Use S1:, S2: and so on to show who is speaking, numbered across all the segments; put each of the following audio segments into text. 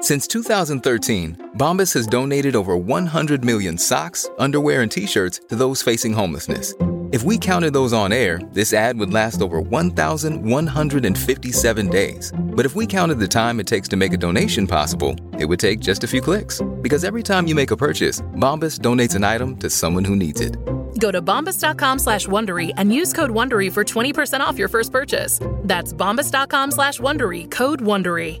S1: Since 2013, Bombas has donated over 100 million socks, underwear, and t shirts to those facing homelessness. If we counted those on air, this ad would last over 1,157 days. But if we counted the time it takes to make a donation possible, it would take just a few clicks. Because every time you make a purchase, Bombas donates an item to someone who needs it.
S2: Go to bombas.com slash Wondery and use code WONDERY for 20% off your first purchase. That's bombas.com slash WONDERY, code WONDERY.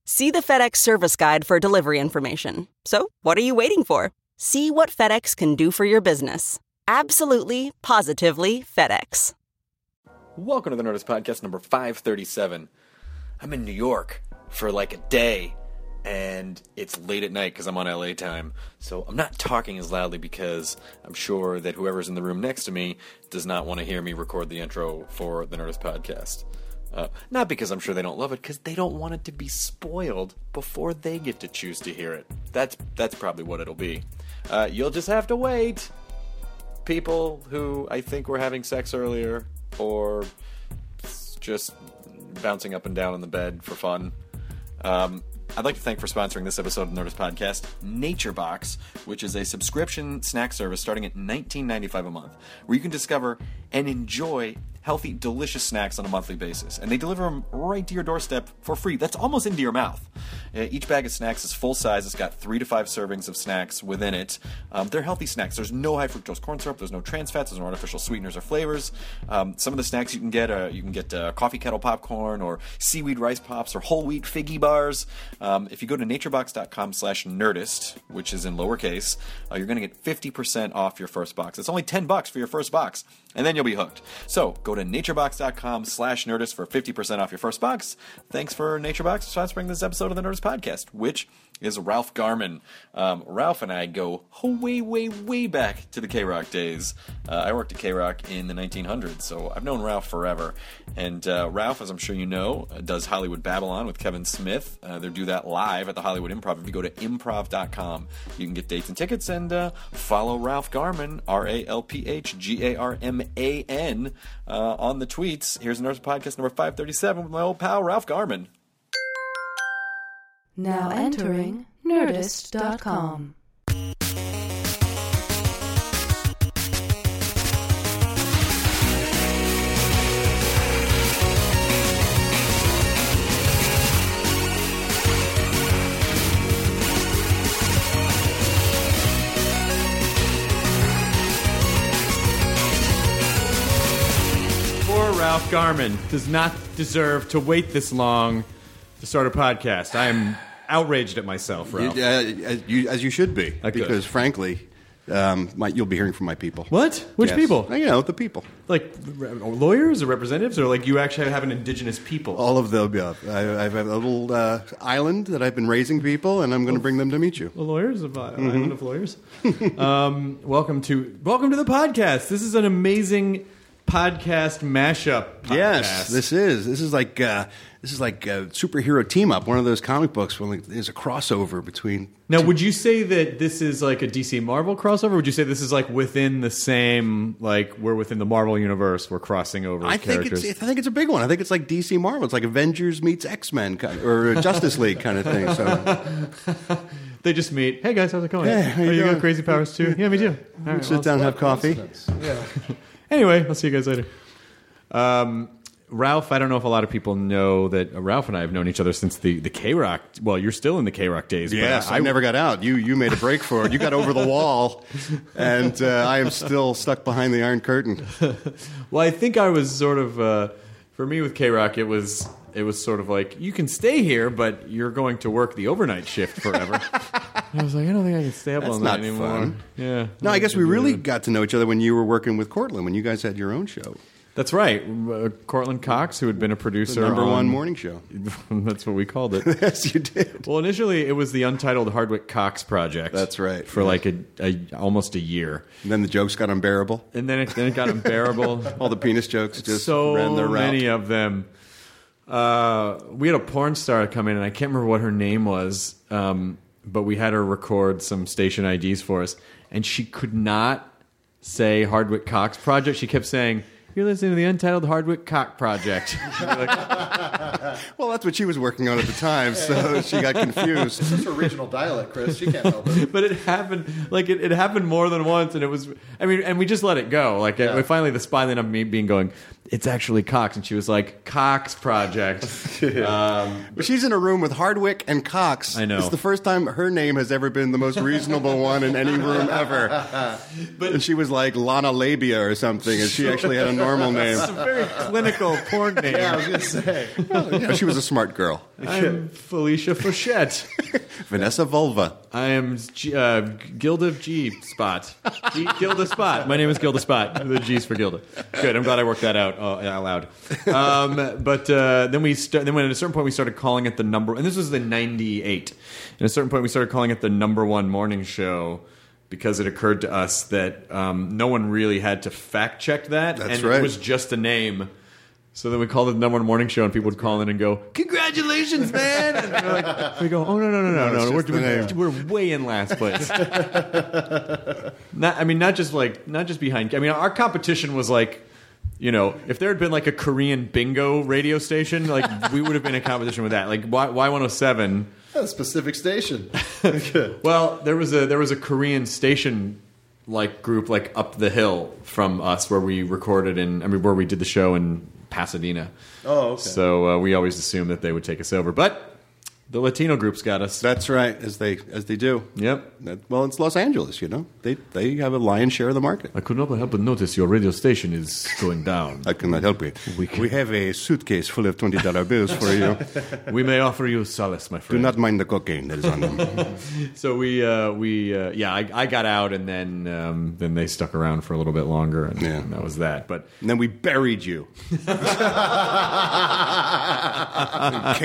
S3: See the FedEx service guide for delivery information. So, what are you waiting for? See what FedEx can do for your business. Absolutely, positively FedEx.
S4: Welcome to the Nerdist Podcast number 537. I'm in New York for like a day, and it's late at night because I'm on LA time. So I'm not talking as loudly because I'm sure that whoever's in the room next to me does not want to hear me record the intro for the Nerdist Podcast. Uh, not because I'm sure they don't love it, because they don't want it to be spoiled before they get to choose to hear it. That's that's probably what it'll be. Uh, you'll just have to wait. People who I think were having sex earlier, or s- just bouncing up and down in the bed for fun. Um, I'd like to thank for sponsoring this episode of the Nerdist Podcast, Nature Box, which is a subscription snack service starting at $19.95 a month, where you can discover and enjoy healthy, delicious snacks on a monthly basis. And they deliver them right to your doorstep for free. That's almost into your mouth. Uh, each bag of snacks is full size. It's got three to five servings of snacks within it. Um, they're healthy snacks. There's no high fructose corn syrup. There's no trans fats. There's no artificial sweeteners or flavors. Um, some of the snacks you can get, uh, you can get uh, coffee kettle popcorn or seaweed rice pops or whole wheat figgy bars. Um, if you go to naturebox.com slash nerdist, which is in lowercase, uh, you're going to get 50% off your first box. It's only 10 bucks for your first box, and then you'll be hooked. So go to naturebox.com slash nerdist for 50% off your first box. Thanks for NatureBox for sponsoring this episode of the Nerdist Podcast, which is Ralph Garman. Um, Ralph and I go way, way, way back to the K Rock days. Uh, I worked at K Rock in the 1900s, so I've known Ralph forever. And uh, Ralph, as I'm sure you know, uh, does Hollywood Babylon with Kevin Smith. Uh, they do that live at the Hollywood Improv. If you go to improv.com, you can get dates and tickets and uh, follow Ralph Garman, R A L P H G A R M A N, uh, on the tweets. Here's Nurse Podcast number 537 with my old pal, Ralph Garman.
S5: Now entering Nerdist.com.
S6: Poor Ralph Garman does not deserve to wait this long to start a podcast. I am outraged at myself, Ralph.
S7: You- uh, as, you, as you should be,
S6: I could.
S7: because frankly, um, my, you'll be hearing from my people.
S6: What? Which
S7: Yes.
S6: people?
S7: You know, the people.
S6: Like re- lawyers or representatives, or like you actually have an indigenous people?
S7: All of them. Yeah. I, I have a little uh, island that I've been raising people, and I'm going to bring them to meet you.
S6: The lawyers, of,
S7: Mm-hmm.
S6: uh, island of lawyers. um, welcome to welcome to the podcast. This is an amazing podcast mashup. Podcast.
S7: Yes, this is this is like uh, this is like a superhero team up. One of those comic books when like, there's a crossover between.
S6: Now, would you say that this is like a DC Marvel crossover? Would you say this is like within the same, like we're within the Marvel universe, we're crossing over
S7: I think
S6: characters?
S7: it's I think it's a big one. I think it's like DC Marvel. It's like Avengers meets X Men kind or Justice League kind of thing. So
S6: They just meet. Hey guys, how's it going?
S7: Hey, how you
S6: oh, you got
S7: doing?
S6: crazy powers too? Yeah, me too. All right,
S7: sit
S6: well,
S7: down, and have coffee.
S6: anyway, I'll see you guys later. Um, Ralph, I don't know if a lot of people know that uh, Ralph and I have known each other since the, the K Rock. Well, you're still in the K Rock days. but
S7: Yes, I, never got out. You you made a break for it. You got over the wall, and uh, I am still stuck behind the iron curtain.
S6: Well, I think I was sort of uh, for me with K Rock. It was it was sort of like you can stay here, but you're going to work the overnight shift forever. And I was like, I don't think I can stay up
S7: That's
S6: all night
S7: not
S6: anymore.
S7: fun.
S6: Yeah.
S7: No, I guess we really got to know each other when you were working with Cortland when you guys had your own show.
S6: That's right. Uh, Cortland Cox, who had been a
S7: The
S6: producer,
S7: number one
S6: on-
S7: morning show.
S6: that's what we called it.
S7: yes, you did.
S6: well, initially it was the Untitled Hardwick Cox Project.
S7: That's right,
S6: For
S7: yes.
S6: like a, a almost a year,
S7: And then the jokes got unbearable.
S6: and then it, then it got unbearable.
S7: All the penis jokes just
S6: so
S7: ran their route.
S6: many of them. Uh, we had a porn star come in, and I can't remember what her name was, um, but we had her record some station IDs for us, and she could not say Hardwick Cox Project. She kept saying, "You're listening to the Untitled Hardwick Cox Project."
S7: Well, that's what she was working on at the time, so she got confused.
S8: That's her original dialect, Chris. She can't help it.
S6: but it happened like it, it happened more than once and it was i mean and we just let it go like it- finally the spy ended up me being going it's actually cox and she was like cox project um,
S7: But she's in a room with Hardwick and Cox.
S6: I know.
S7: It's the first time her name has ever been the most reasonable one in any room ever. and she was like Lana Labia or something, and she actually had a normal name.
S6: it's a very clinical porn name
S8: Yeah, I was gonna say.
S7: Well, you know, she was a smart girl.
S6: i'm felicia Fochette.
S7: Vanessa Vulva.
S6: i am G, uh, gilda g spot G, gilda spot my name is gilda spot the g's for gilda good i'm glad i worked that out uh, out loud um, but uh, then we st- then when at a certain point we started calling it the number and this was the 98 at a certain point we started calling it the number one morning show because it occurred to us that um, no one really had to fact check that
S7: That's
S6: and
S7: right.
S6: it was just a name so then we called it the number one morning show and people would call in and go congratulations man and they're like, we go oh no no no no
S7: No,
S6: no,
S7: it's just
S6: we're,
S7: the
S6: we're,
S7: name.
S6: we're way in last place not, I mean, not just like not just behind. I mean, our competition was like, you know, if there had been like a Korean bingo radio station, like we would have been in competition with that. Like Y one hundred seven.
S8: That's a specific station.
S6: Well, there was a there was a Korean station like group like up the hill from us where we recorded and I mean where we did the show in Pasadena.
S8: Oh, okay.
S6: So uh, we always assumed that they would take us over, but the Latino groups got us.
S7: That's right, as they as they do.
S6: yep.
S7: That- well, it's Los Angeles, you know. They they have a lion's share of the market.
S6: I could not help but notice your radio station is going down.
S7: I cannot help you. We, have a suitcase full of twenty dollar bills for you.
S6: we may offer you solace, my friend.
S7: do not mind the cocaine that is on them.
S6: So we uh, we uh, yeah I, I got out and then um, then they stuck around for a little bit longer and,
S7: Yeah.
S6: and that was that. But
S7: and then we buried you. K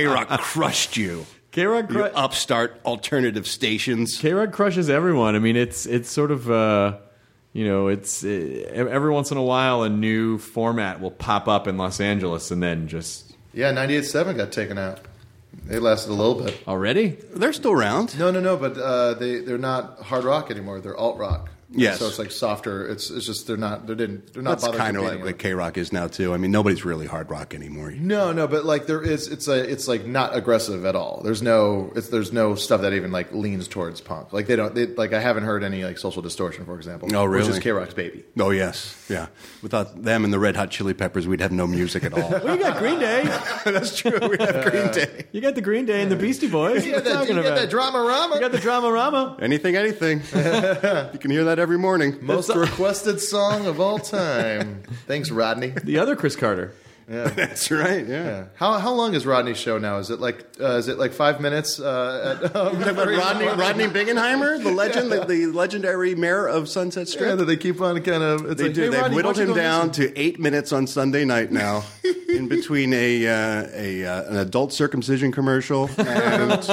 S7: Rock crushed you.
S6: K Rod
S7: You
S6: cru-
S7: upstart alternative stations.
S6: K Rod crushes everyone. I mean it's it's sort of uh, you know it's uh, every once in a while a new format will pop up in Los Angeles and then just
S8: Yeah, 98.7 got taken out. They lasted a little bit.
S6: already
S7: They're still around.
S8: No, no, no, but uh, they, they're not hard rock anymore. They're alt rock.
S7: Yes.
S8: So it's like softer. It's, it's just they're not, they didn't, they're not
S7: That's
S8: bothering
S7: kind of like
S8: competing
S7: what
S8: with-
S7: K Rock is now too. I mean, nobody's really hard rock anymore.
S8: No, no, but like there is, it's a, it's like not aggressive at all. There's no, it's there's no stuff that even like leans towards punk. Like they don't, they, like I haven't heard any like social distortion, for example.
S7: Oh,
S8: Which
S7: really?
S8: is K Rock's baby.
S7: Oh yes, yeah. Without them and the Red Hot Chili Peppers, we'd have no music at all.
S6: you got Green Day
S7: That's true. We have Green Day.
S6: you got the Green Day and the Beastie Boys
S8: You got that, you got that drama
S6: you got
S8: rama.
S6: the drama rama
S7: Anything, anything. you can hear that every morning.
S8: Most requested song of all time. Thanks, Rodney.
S6: the other Chris Carter
S7: That's right. Yeah.
S8: How how long is Rodney's show now? Is it like uh, is it like five minutes? Uh, at, um,
S7: Rodney, Rodney Bingenheimer, the legend, the, the legendary mayor of Sunset Strip.
S8: Yeah, that they keep on kind of. It's
S7: They
S8: like,
S7: do.
S8: "Hey,
S7: They've
S8: Rodney, why
S7: whittled
S8: don't you
S7: him
S8: go
S7: down
S8: listen?"
S7: to eight minutes on Sunday night now, in between a uh, a uh, an adult circumcision commercial. And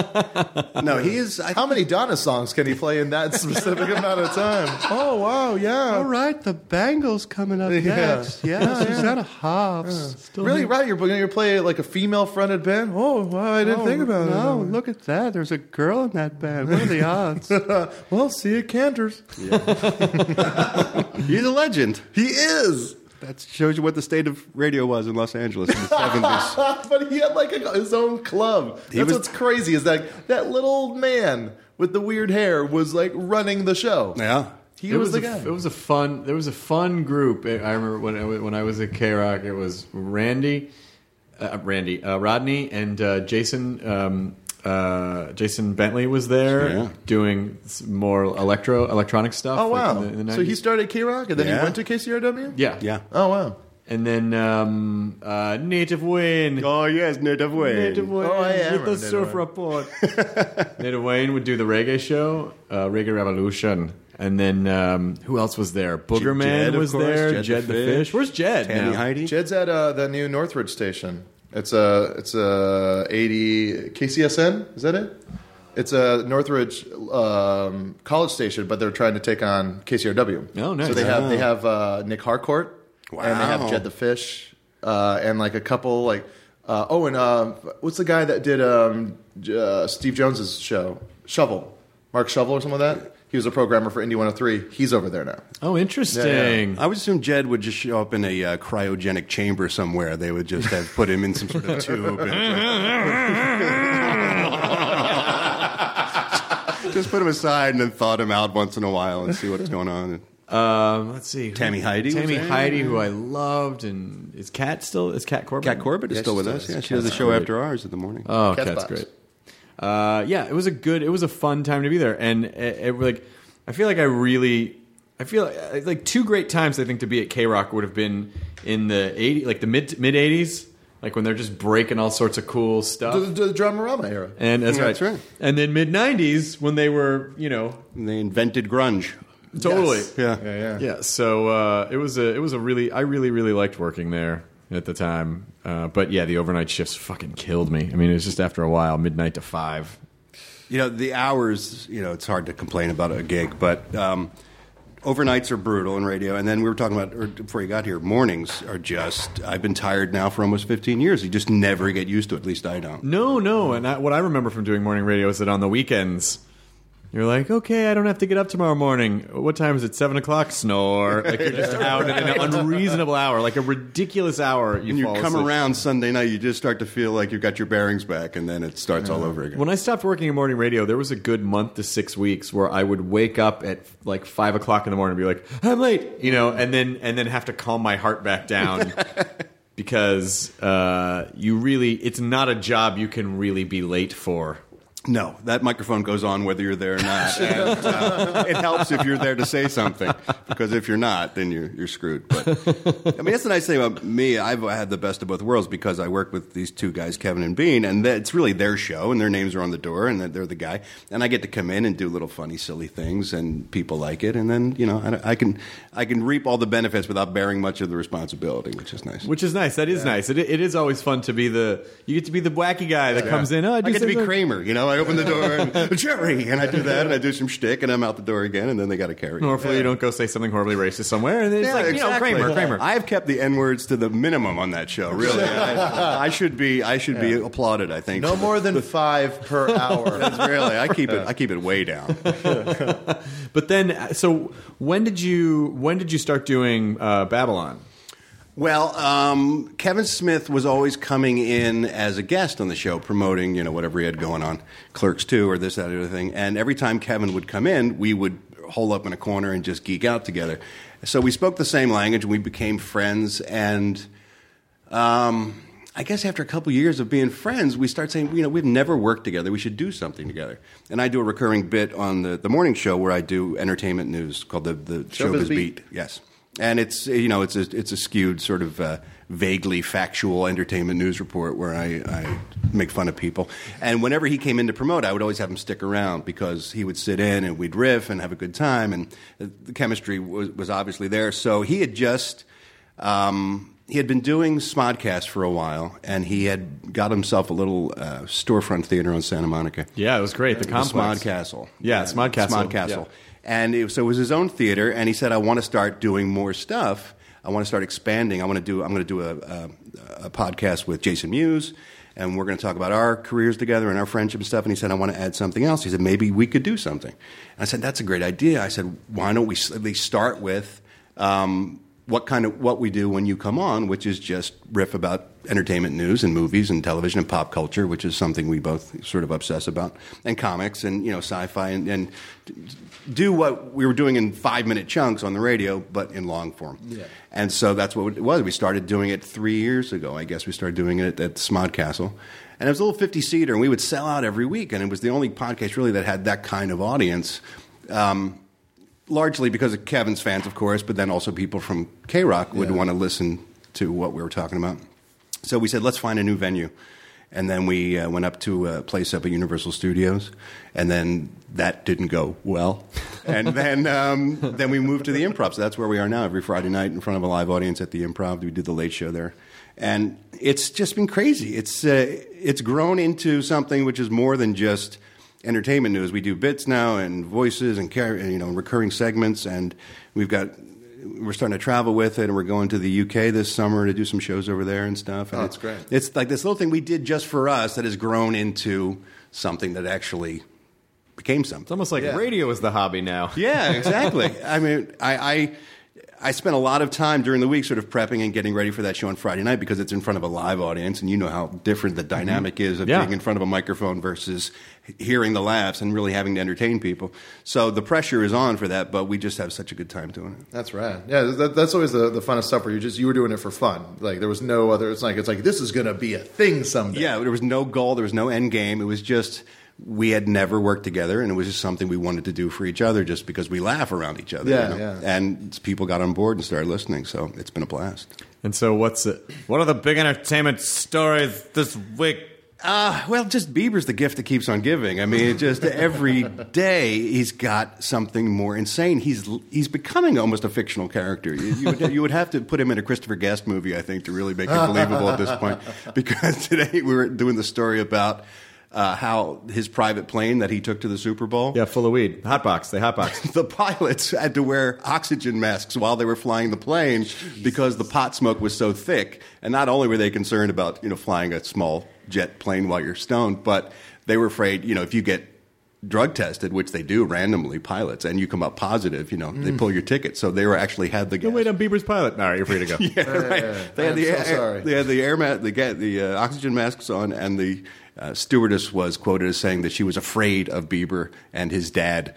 S7: no, he is. I,
S8: How many Donna songs can he play in that specific amount of time? Oh wow, yeah.
S7: all right, the Bangles coming up next. Yeah, Susanna Hoffs.
S8: Really, right? You're going to play like a female fronted band? Oh wow, I didn't think about
S7: no,
S8: it.
S7: look at that. There's a girl in that band. What are the odds?
S8: Well, see it canters.
S7: He's a legend.
S8: He is.
S7: That shows you what the state of radio was in Los Angeles in the 70s.
S8: but he had like a, his own club.
S7: He
S8: That's
S7: was-
S8: what's crazy is that that little old man with the weird hair was like running the show.
S7: Yeah.
S8: He was, the
S6: a,
S8: guy.
S6: It was a fun. There was a fun group. I I remember when I, wa- when I was at K Rock, it was Randy, uh, Randy, uh, Rodney, and uh, Jason. Um, uh, Jason Bentley was there
S7: Yeah.
S6: doing s- more electro electronic stuff.
S8: Oh
S6: like, in
S8: wow!
S6: the- in the
S8: so he
S6: 90s.
S8: started K Rock and then
S7: Yeah.
S8: he went to KCRW.
S6: yeah,
S7: Yeah.
S8: Oh wow!
S6: and then um, uh, Native Wayne.
S7: Oh, yes, Native Way.
S6: Native Wayne
S8: Oh, I am
S6: with the
S8: Native
S6: surf
S8: Wayne.
S6: report. Native Wayne would do the reggae show, uh, Reggae Revolution, And then um, who else was there? Boogerman
S7: Jed, of
S6: was
S7: course,
S6: there.
S7: Jed
S6: Jed,
S7: the
S6: the
S7: Fish.
S6: fish. Where's Jed?
S7: Tanny
S6: now?
S7: Heidi.
S8: Jed's at uh, the new Northridge station. It's a it's a eighty KCSN. Is that it? It's a Northridge um, college station, but they're trying to take on KCRW.
S6: Oh, nice.
S8: So they have
S6: Oh.
S8: they have uh, Nick Harcourt, and they
S7: Wow.
S8: have Jed the Fish, uh, and like a couple like uh, oh, and uh, what's the guy that did um, J- uh, Steve Jones's show Shovel, Mark Shovel or something like that. He was a programmer for Indy 103. He's over there now.
S6: Oh, interesting.
S7: I would assume Jed would just show up in a uh, cryogenic chamber somewhere. They would just have put him in some sort of tube. and- just put him aside and then thaw him out once in a while and see what's going on.
S6: Um, let's see. who-
S7: Tammy Heidi was
S6: Tammy
S7: there.
S6: Heidi, who I loved, and is Cat still? Is Cat Corbett?
S7: Kat Corbett is
S8: Yeah,
S7: still
S8: she's
S7: with
S8: still-
S7: us. Yeah, she
S8: Kat's
S7: does a show
S8: great.
S7: after ours in the morning.
S6: Oh,
S8: Cat's
S6: Cat's
S8: box.
S6: great. Uh, yeah, it was a good. It was a fun time to be there, and it, it, like I feel like I really, I feel like, like two great times I think to be at K Rock would have been in the eighty, like the mid mid eighties, like when they're just breaking all sorts of cool stuff.
S8: The, the, the Dramarama era.
S6: and that's,
S7: That's
S6: right.
S7: right.
S6: And then mid '90s when they were, you know,
S7: And they invented grunge.
S6: totally.
S8: Yes.
S7: Yeah.
S8: Yeah, yeah.
S6: Yeah, so uh, it was a it was a really I really really liked working there at the time, uh, but yeah, the overnight shifts fucking killed me. I mean, it was just after a while, midnight to five.
S7: You know, the hours, you know, it's hard to complain about a gig, but um, overnights are brutal in radio. And then we were talking about, or before you got here, mornings are just, I've been tired now for almost 15 years. You just never get used to it, at least I don't.
S6: No, no, and I, what I remember from doing morning radio is that on the weekends. You're like, okay, I don't have to get up tomorrow morning. What time is it? Seven o'clock. Snore. Like you're just out at an unreasonable hour, like a ridiculous hour. You,
S7: And you
S6: fall
S7: come
S6: asleep.
S7: around Sunday night, you just start to feel like you've got your bearings back, and then it starts all over again.
S6: When I stopped working in morning radio, there was a good month to six weeks where I would wake up at like five o'clock in the morning and be like, "I'm late," you know, and then and then have to calm my heart back down because uh, you really—it's not a job you can really be late for.
S7: No, that microphone goes on whether you're there or not. And, uh, it helps if you're there to say something, because if you're not, then you're, you're screwed. But I mean, that's the nice thing about me. I've had the best of both worlds because I work with these two guys, Kevin and Bean, and that, it's really their show, and their names are on the door, and they're the guy. And I get to come in and do little funny, silly things, and people like it. And then, you know, I, I can I can reap all the benefits without bearing much of the responsibility, which is nice.
S6: Which is nice. That is nice. It, it is always fun to be the—you get to be the wacky guy that comes in. Oh, I,
S7: I
S6: do
S7: get to be
S6: something."
S7: Kramer, you know. I open the door and Jerry, and I do that, and I do some shtick, and I'm out the door again, and then they got to carry. me.
S6: Hopefully, you don't go say something horribly racist somewhere, and it's
S7: Yeah,
S6: like
S7: exactly.
S6: you know, Kramer, Kramer.
S7: I've kept the n words to the minimum on that show. Really, I, I should be. I should be applauded. I think
S8: No
S7: for the-
S8: more than five per hour.
S7: really, I keep it. I keep it way down.
S6: But then, uh, so when did you when did you start doing uh, Babylon?
S7: Well, um, Kevin Smith was always coming in as a guest on the show, promoting you know whatever he had going on, Clerks Two or this that or the other thing. And every time Kevin would come in, we would hole up in a corner and just geek out together. So we spoke the same language, and we became friends. And um, I guess after a couple years of being friends, we start saying, you know, we've never worked together. We should do something together. And I do a recurring bit on the, the morning show where I do entertainment news called the, the
S8: Showbiz
S7: Showbiz,
S8: Beat.
S7: Beat. Yes. And it's, you know, it's a, it's a skewed sort of uh, vaguely factual entertainment news report where I, I make fun of people. And whenever he came in to promote, I would always have him stick around because he would sit in and we'd riff and have a good time. And the chemistry was, was obviously there. So he had just um, he had been doing Smodcast for a while, and he had got himself a little uh, storefront theater on Santa Monica.
S6: Yeah, it was great. The
S7: The
S6: complex.
S7: Smod Castle.
S6: Yeah, Smod Castle.
S7: Smod Castle.
S6: Yeah.
S7: And it, so it was his own theater, and he said, "I want to start doing more stuff. I want to start expanding. I want to do. I'm going to do a, a, a podcast with Jason Mewes, and we're going to talk about our careers together and our friendship and stuff." And he said, "I want to add something else." He said, "Maybe we could do something." And I said, "That's a great idea." I said, "Why don't we s- at least start with?" Um, what kind of what we do when you come on, which is just riff about entertainment news and movies and television and pop culture, which is something we both sort of obsess about, and comics and you know sci-fi and, and do what we were doing in five minute chunks on the radio, but in long form. Yeah. And so that's what it was. We started doing it three years ago, I guess. We started doing it at, at Smod Castle. And it was a little 50 seater, and we would sell out every week. And it was the only podcast really that had that kind of audience, um, largely because of Kevin's fans, of course, but then also people from K Rock would want to listen to what we were talking about. So we said, let's find a new venue. And then we uh, went up to a place up at Universal Studios, and then that didn't go well. and then um, then we moved to the improv. So that's where we are now every Friday night in front of a live audience at the improv. We did the late show there. And it's just been crazy. It's uh, it's grown into something which is more than just entertainment news. We do bits now and voices and car- and, you know recurring segments, and we've got we're starting to travel with it, and we're going to the UK this summer to do some shows over there and stuff. And
S8: Oh,
S7: it's
S8: that's great.
S7: It's like this little thing we did just for us that has grown into something that actually became something.
S6: It's almost like radio is the hobby now.
S7: Yeah, exactly. I mean, I, I I spent a lot of time during the week sort of prepping and getting ready for that show on Friday night because it's in front of a live audience, and you know how different the
S8: Mm-hmm.
S7: dynamic is of
S6: Yeah.
S7: being in front of a microphone versus hearing the laughs and really having to entertain people. So the pressure is on for that, but we just have such a good time doing it.
S8: That's rad. Yeah, that, that's always the, the funnest stuff where you just you were doing it for fun. Like there was no other. It's like it's like this is gonna be a thing someday.
S7: Yeah, there was no goal, there was no end game. It was just we had never worked together, and it was just something we wanted to do for each other, just because we laugh around each other.
S8: Yeah,
S7: you know?
S8: yeah.
S7: And people got on board and started listening, so it's been a blast.
S6: And so, what's it? What are the big entertainment stories this week?
S7: Uh, well, just Bieber's the gift that keeps on giving. I mean, it just every day he's got something more insane. He's he's becoming almost a fictional character. You, you, would, you would have to put him in a Christopher Guest movie, I think, to really make it believable at this point. Because today we were doing the story about uh, how his private plane that he took to the Super Bowl.
S6: Yeah, full of weed. Hotbox. They hotbox.
S7: The pilots had to wear oxygen masks while they were flying the plane because the pot smoke was so thick. And not only were they concerned about you know flying a small jet plane while you're stoned, but they were afraid you know if you get drug tested, which they do randomly, pilots, and you come up positive, you know they pull your ticket. So they were actually had the
S6: Go
S7: gas.
S6: wait on Bieber's pilot. All right, you're free to go.
S7: Yeah, right. They had
S8: I'm
S7: the
S8: so
S7: air,
S8: sorry.
S7: they had the air ma- the ga- the uh, oxygen masks on, and the uh, stewardess was quoted as saying that she was afraid of Bieber and his dad,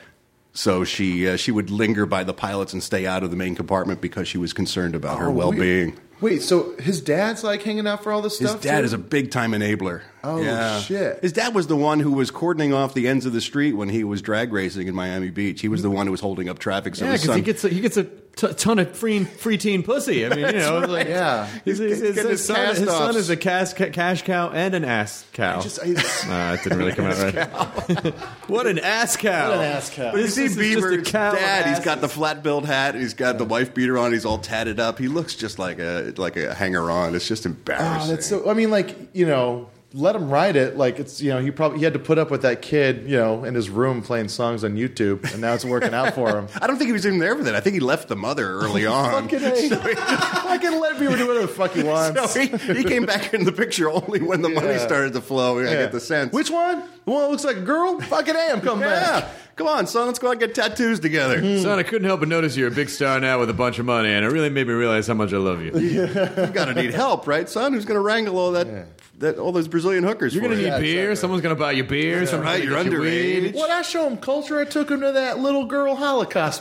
S7: so she uh, she would linger by the pilots and stay out of the main compartment because she was concerned about her well being.
S8: Wait, so his dad's like hanging out for all this
S7: His
S8: stuff.
S7: dad
S8: too?
S7: is a big time enabler.
S8: Oh, shit.
S7: His dad was the one who was cordoning off the ends of the street when he was drag racing in Miami Beach. He was the one who was holding up traffic. So
S6: Yeah,
S7: his
S6: because he
S7: son-
S6: gets a, he gets a t- ton of free free teen pussy. I mean, you know, like,
S8: Yeah.
S6: he's, he's, his,
S7: Getting his
S6: son, his son
S7: cast-offs.
S6: is a cash, ca- cash cow and an ass cow.
S8: just- I-
S6: Nah, it didn't really come out right. what an ass cow!
S8: What an ass cow.
S6: But
S7: You
S6: it's
S7: see
S6: just, it's just a
S7: Bieber's
S6: cow of
S7: dad. He's
S6: asses.
S7: got the flat billed hat. He's got the wife beater on. He's all tatted up. He looks just like a like a hanger on. It's just embarrassing.
S8: Oh, that's so. I mean, like you know, let him write it. Like it's you know, he probably he had to put up with that kid, you know, in his room playing songs on YouTube, and now it's working out for him.
S7: I don't think he was even there for that. I think he left the mother early on.
S8: Fucking A. Fucking let Bieber do whatever the fuck he wants.
S7: So he, he came back in the picture only when the money
S8: Yeah.
S7: started to flow. I
S8: Yeah.
S7: get the sense.
S8: Which one? The one that looks like a girl? Fucking A, I'm coming
S7: yeah.
S8: back.
S7: Come on, son. Let's go out and get tattoos together.
S6: Son, I couldn't help but notice you're a big star now with a bunch of money, and it really made me realize how much I love you.
S7: You gotta need help, right, son? Who's gonna wrangle all that, that all those Brazilian hookers?
S6: You're
S7: for
S6: gonna
S7: you?
S6: need beer. Someone's gonna buy you beer. Someone's
S7: Right,
S6: gonna
S7: you're
S6: get you
S7: underage.
S6: weed.
S8: What I show him culture, I took him to that little girl Holocaust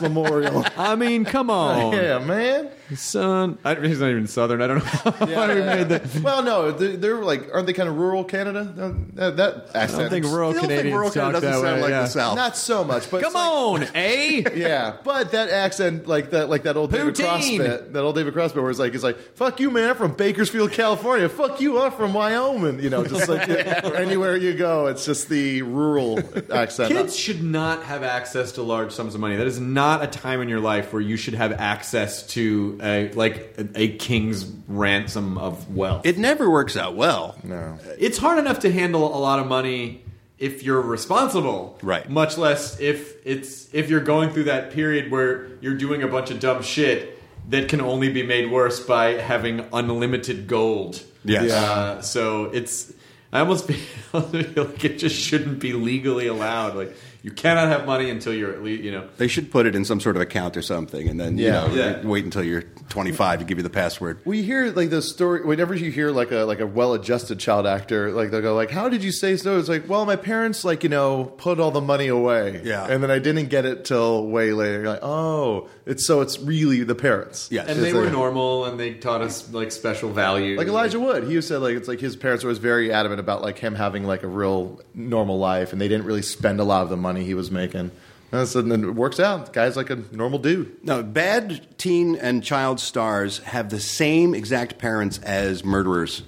S8: memorial.
S6: I mean, come on,
S8: yeah, man.
S6: son. I, he's not even southern. I don't know why we made that.
S8: Well, no, they- they're like, aren't they kind of rural Canada? Uh, That, that
S6: I don't
S8: accent.
S6: think rural
S7: Still
S6: Canadians
S7: think rural
S6: talk
S7: Canada
S6: that
S7: doesn't sound
S6: way.
S7: like
S6: yeah.
S7: the South.
S8: Not so much, but
S6: Come
S8: it's like-
S6: on, eh?
S8: Yeah, but that accent, like that, like that old David
S6: Poutine.
S8: Crossbit, that old David Crossbit, where it's like, it's like, "Fuck you, man! I'm from Bakersfield, California. Fuck you, I'm from Wyoming." You know, just like yeah, anywhere you go, it's just the rural accent.
S6: Kids should not have access to large sums of money. That is not a time in your life where you should have access to a like a, a king's ransom of wealth.
S7: It never works out well.
S8: No.
S6: it's hard enough to handle a lot of money if you're responsible,
S7: Right.
S6: Much less if it's if you're going through that period where you're doing a bunch of dumb shit that can only be made worse by having unlimited gold.
S7: Yes. Yeah.
S6: Uh, so it's I almost feel like it just shouldn't be legally allowed. Like you cannot have money until you're at least you know.
S7: They should put it in some sort of account or something, and then
S8: Yeah.
S7: you know,
S6: Yeah.
S7: wait until you're 25 to give you the password.
S8: We hear like the story whenever you hear like a like a well-adjusted child actor, like they'll go like, "How did you say so?" It's like, "Well, my parents like you know put all the money away,
S7: Yeah.
S8: and then I didn't get it till way later." You're like, "Oh, it's so it's really the parents."
S7: Yes.
S6: And they were normal, and they taught us like special values.
S8: Like Elijah Wood, he said like it's like his parents were always very adamant about like him having like a real normal life, and they didn't really spend a lot of the money he was making. And so then it works out. The guy's like a normal dude.
S7: No, bad teen and child stars have the same exact parents as murderers.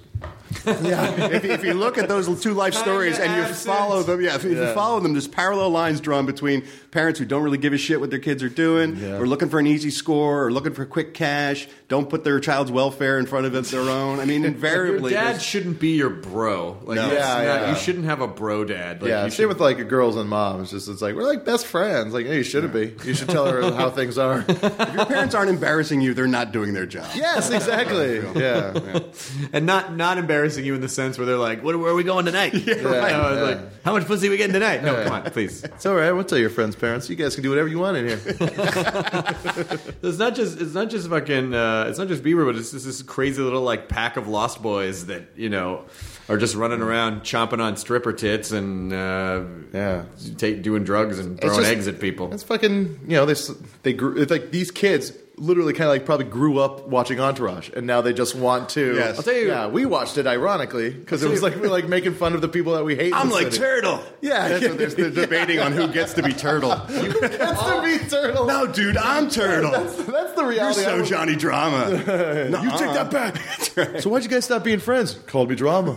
S7: if, if you look at those two life stories and you
S6: absent.
S7: follow them, yeah, if, if you follow them, there's parallel lines drawn between parents who don't really give a shit what their kids are doing, or looking for an easy score, or looking for quick cash, don't put their child's welfare in front of it, their own. I mean,
S6: Your
S7: invariably,
S6: dad
S7: there's-
S6: shouldn't be your bro. Like,
S7: No.
S6: that's
S8: Yeah,
S6: not-
S8: yeah.
S6: you shouldn't have a bro dad. Like,
S8: yeah,
S6: you
S8: same with like girls and moms. Just it's like we're like best friends. Like, hey, you shouldn't be. You should tell her how things are.
S7: if your parents aren't embarrassing you, they're not doing their job.
S8: yes, exactly. Yeah,
S6: and not not embarrassing you in the sense where they're like, "What where are we going tonight?"
S8: right.
S6: No, it's like, "How much pussy we getting tonight?" No, come on, please.
S8: it's all right. We'll tell your friends' parents. You guys can do whatever you want in here.
S6: It's not just it's not just fucking uh, it's not just Bieber, but it's just this crazy little like pack of lost boys that you know are just running around chomping on stripper tits and uh,
S8: Yeah.
S6: ta- doing drugs and
S8: It's
S6: throwing
S8: just-
S6: eggs at people.
S8: It's fucking. You know, they s- they grew. It's like these kids literally kind of like probably grew up watching Entourage, and now they just want to.
S7: Yes. I'll
S6: tell you-
S8: Yeah, we watched it ironically because it was like we're like making fun of the people that we hate. in
S7: I'm
S8: the
S7: like
S8: city.
S7: turtle.
S8: Yeah.
S7: that's what they're, they're debating on who gets to be turtle.
S8: That's the meat turtle.
S7: no, dude, I'm turtle.
S8: that's the
S7: You're
S8: reality. I
S7: so
S8: was-
S7: Johnny Drama. No,
S8: You take that back. So why'd you guys stop being friends? Called me drama.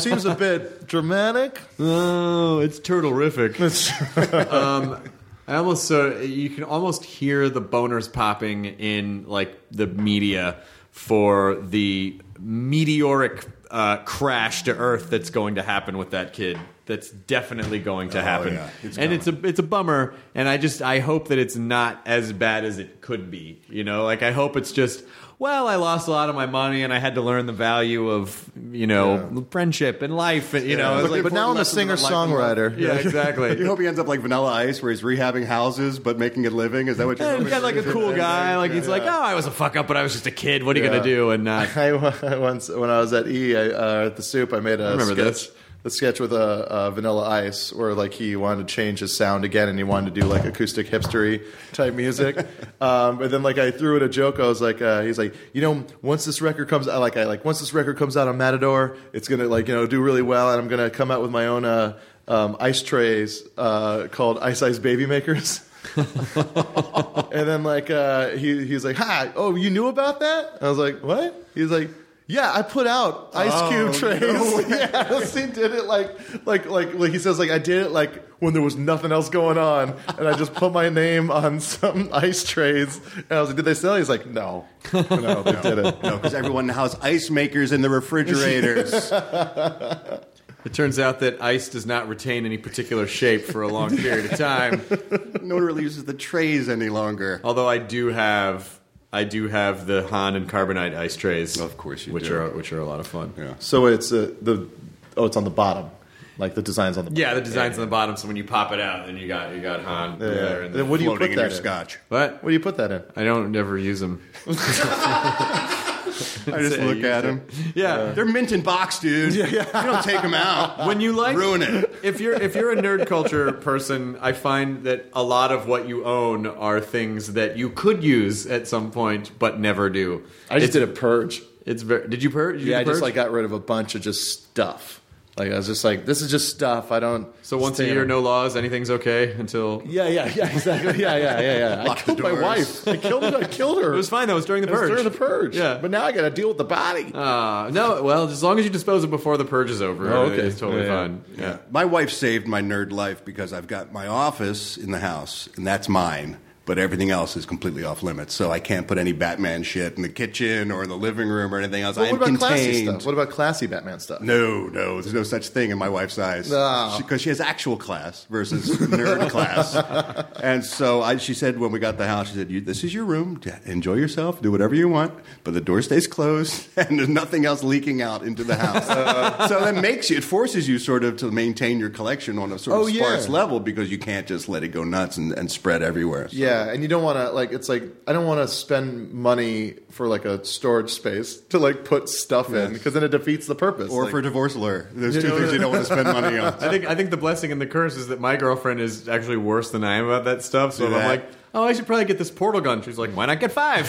S8: Seems a bit dramatic.
S6: Oh, it's turtlerific. um, I almost uh, you can almost hear the boners popping in like the media for the meteoric uh, crash to Earth that's going to happen with that kid. That's definitely going to happen,
S7: Oh, yeah. It's
S6: and it's a it's a bummer. And I just I hope that it's not as bad as it could be. You know, like I hope it's just well, I lost a lot of my money, and I had to learn the value of you know friendship and life. And, you know, it's
S8: But,
S6: like,
S8: but now I'm a
S7: lessons
S8: singer
S7: about life and
S8: songwriter.
S6: yeah, exactly.
S7: You hope he ends up like Vanilla Ice, where he's rehabbing houses but making a living. Is that what you're
S6: And he's got like a cool guy. Like he's like, oh, I was a fuck up, but I was just a kid. What are you gonna do? And uh, not.
S8: I I once when I was at E I, uh, at the soup, I made a
S6: remember
S8: sketch.
S6: this.
S8: The sketch with uh, uh, Vanilla Ice, where like he wanted to change his sound again, and he wanted to do like acoustic hipstery type music. um, and then like I threw in a joke. I was like, uh, he's like, you know, once this record comes out, like I like once this record comes out on Matador, it's gonna like you know do really well, and I'm gonna come out with my own uh, um, ice trays uh, called Ice Ice Baby Makers. And then like uh, he he's like, "Hi, oh, you knew about that?" I was like, "What?" He's like, "Yeah, I put out Ice
S7: Oh,
S8: Cube trays." yeah, he did it like like like like he says like I did it like when there was nothing else going on, and I just put my name on some ice trays. And I was like, "Did they sell?" it?" He's like, "No, no, they did it."
S7: No, because everyone in the house ice makers in the refrigerators.
S6: It turns out that ice does not retain any particular shape for a long period of time.
S7: no one really uses the trays any longer.
S6: Although I do have, I do have the Han and carbonite ice trays.
S7: Of course you
S6: which
S7: do.
S6: are which are a lot of fun. Yeah,
S8: So it's uh, the oh, it's on the bottom, like the designs on the bottom.
S6: the design's on the bottom, so when you pop it out, then you got you got Han there. And
S8: Then what do you
S7: Floating
S8: put
S7: in
S8: that
S7: your
S8: in?
S7: scotch.
S6: But
S8: What do you put that in?
S6: I don't never use them.
S7: I just
S6: Say
S7: look
S6: you
S7: at them.
S6: Yeah,
S7: They're mint in box, dude. You don't take them
S8: Ah,
S7: out.
S6: when you like
S7: Ruin it.
S6: if you're if you're a nerd culture person, I find that a lot of what you own are things that you could use at some point but never do.
S8: I just
S6: it's,
S8: did a purge.
S6: It's very. Did you purge? Did you
S8: Yeah, I
S6: purge?
S8: just like got rid of a bunch of just stuff. Like I was just like, this is just stuff. I don't.
S6: so once a
S8: stay
S6: year,
S8: on-
S6: no laws, anything's okay until.
S8: Yeah, yeah, yeah, exactly. Yeah, yeah, yeah, yeah. I
S7: Lock the
S8: killed my
S7: doors.
S8: wife. I killed. I killed her.
S6: It was fine. That was during the
S8: It was
S6: purge.
S8: during the purge.
S6: Yeah.
S8: but now I got to deal with the body.
S6: Uh, no, well, as long as you dispose of before the purge is over,
S8: Oh, okay.
S6: it's totally
S8: Yeah, yeah.
S6: fine. Yeah.
S7: My wife saved my nerd life because I've got my office in the house, and that's mine. But everything else is completely off limits, so I can't put any Batman shit in the kitchen or in the living room or anything else.
S8: But
S7: I
S8: what
S7: am
S8: about classy
S7: contained.
S8: stuff? What about classy Batman stuff?
S7: No, no, there's no such thing in my wife's eyes.
S8: No.
S7: Because she, has actual class versus nerd class. And so I, she said when we got the house, she said, you, This is your room. Enjoy yourself. Do whatever you want. But the door stays closed and there's nothing else leaking out into the house.
S8: Uh.
S7: so that makes you, it forces you sort of to maintain your collection on a sort of
S8: Oh, yeah.
S7: sparse level because you can't just let it go nuts and, and spread everywhere. So-
S8: Yeah, and you don't want to like. It's like I don't want to spend money for like a storage space to like put stuff in because then it defeats the purpose.
S7: Or
S8: Like-
S7: for divorce lawyer. There's two things you don't want to spend money on.
S6: I think I think the blessing and the curse is that my girlfriend is actually worse than I am about that stuff. So
S7: Do
S6: I'm
S7: that.
S6: like, oh, I should probably get this portal gun. She's like, why not get five?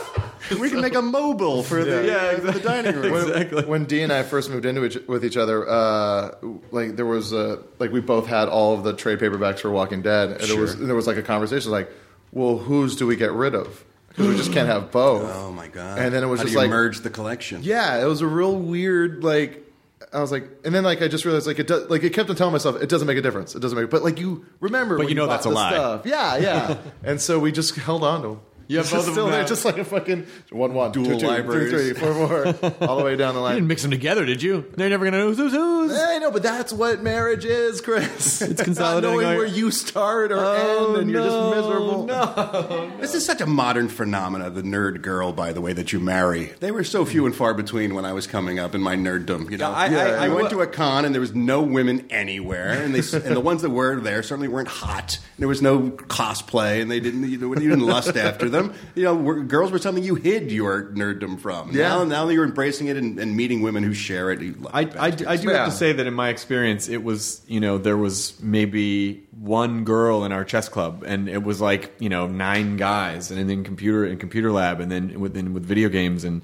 S6: Like,
S8: yeah,
S7: we can make a mobile for the,
S8: Yeah.
S7: uh, for the dining room.
S6: exactly.
S8: when D and I first moved into each, with each other, uh, like there was a, like we both had all of the trade paperbacks for Walking Dead, and there was there was like a conversation like, well, whose do we get rid of? because we just can't have both.
S7: Oh my god!
S8: And then it was
S7: How do
S8: just
S7: you
S8: like
S7: merge the collection.
S8: yeah, it was a real weird like I was like, and then like I just realized like it does like it kept on telling myself it doesn't make a difference. It doesn't make, but like you remember,
S6: But
S8: when
S6: you know
S8: bought
S6: that's a
S8: this
S6: lie.
S8: Stuff. Yeah, yeah. and so we just held on to them.
S6: You have
S8: It's
S6: both
S8: just
S6: of them
S8: still there,
S6: now.
S8: just like a fucking one one
S7: Dual
S8: two, two, two,
S7: libraries.
S8: three, four, four, all the way down the
S6: You
S8: line.
S6: didn't mix them together, did you? They're never gonna know who's who's. who's.
S8: I know, but that's what marriage is, Chris. It's
S6: consolidating
S8: Not knowing
S6: our-
S8: where you start or
S7: Oh.
S8: end, and you're
S6: Oh, no,
S8: just miserable. No.
S7: This is such a modern phenomena, the nerd girl, by the way, that you marry. They were so few and far between when I was coming up in my nerddom. You know,
S6: I- I- I
S7: went
S6: wa-
S7: to a con and there was no women anywhere, and they s- and the ones that were there certainly weren't hot. There was no cosplay, and they didn't you, know, you didn't lust after them. You know, were, girls were something you hid your nerddom from.
S8: Yeah.
S7: Now, now that you're embracing it and, and meeting women who share it, you
S6: I,
S7: lucky
S6: I,
S7: bastard.
S6: I do
S8: Yeah.
S6: have to say that in my experience, it was you know there was maybe one girl in our chess club, and it was like you know nine guys, and then computer and computer lab, and then with then with video games and.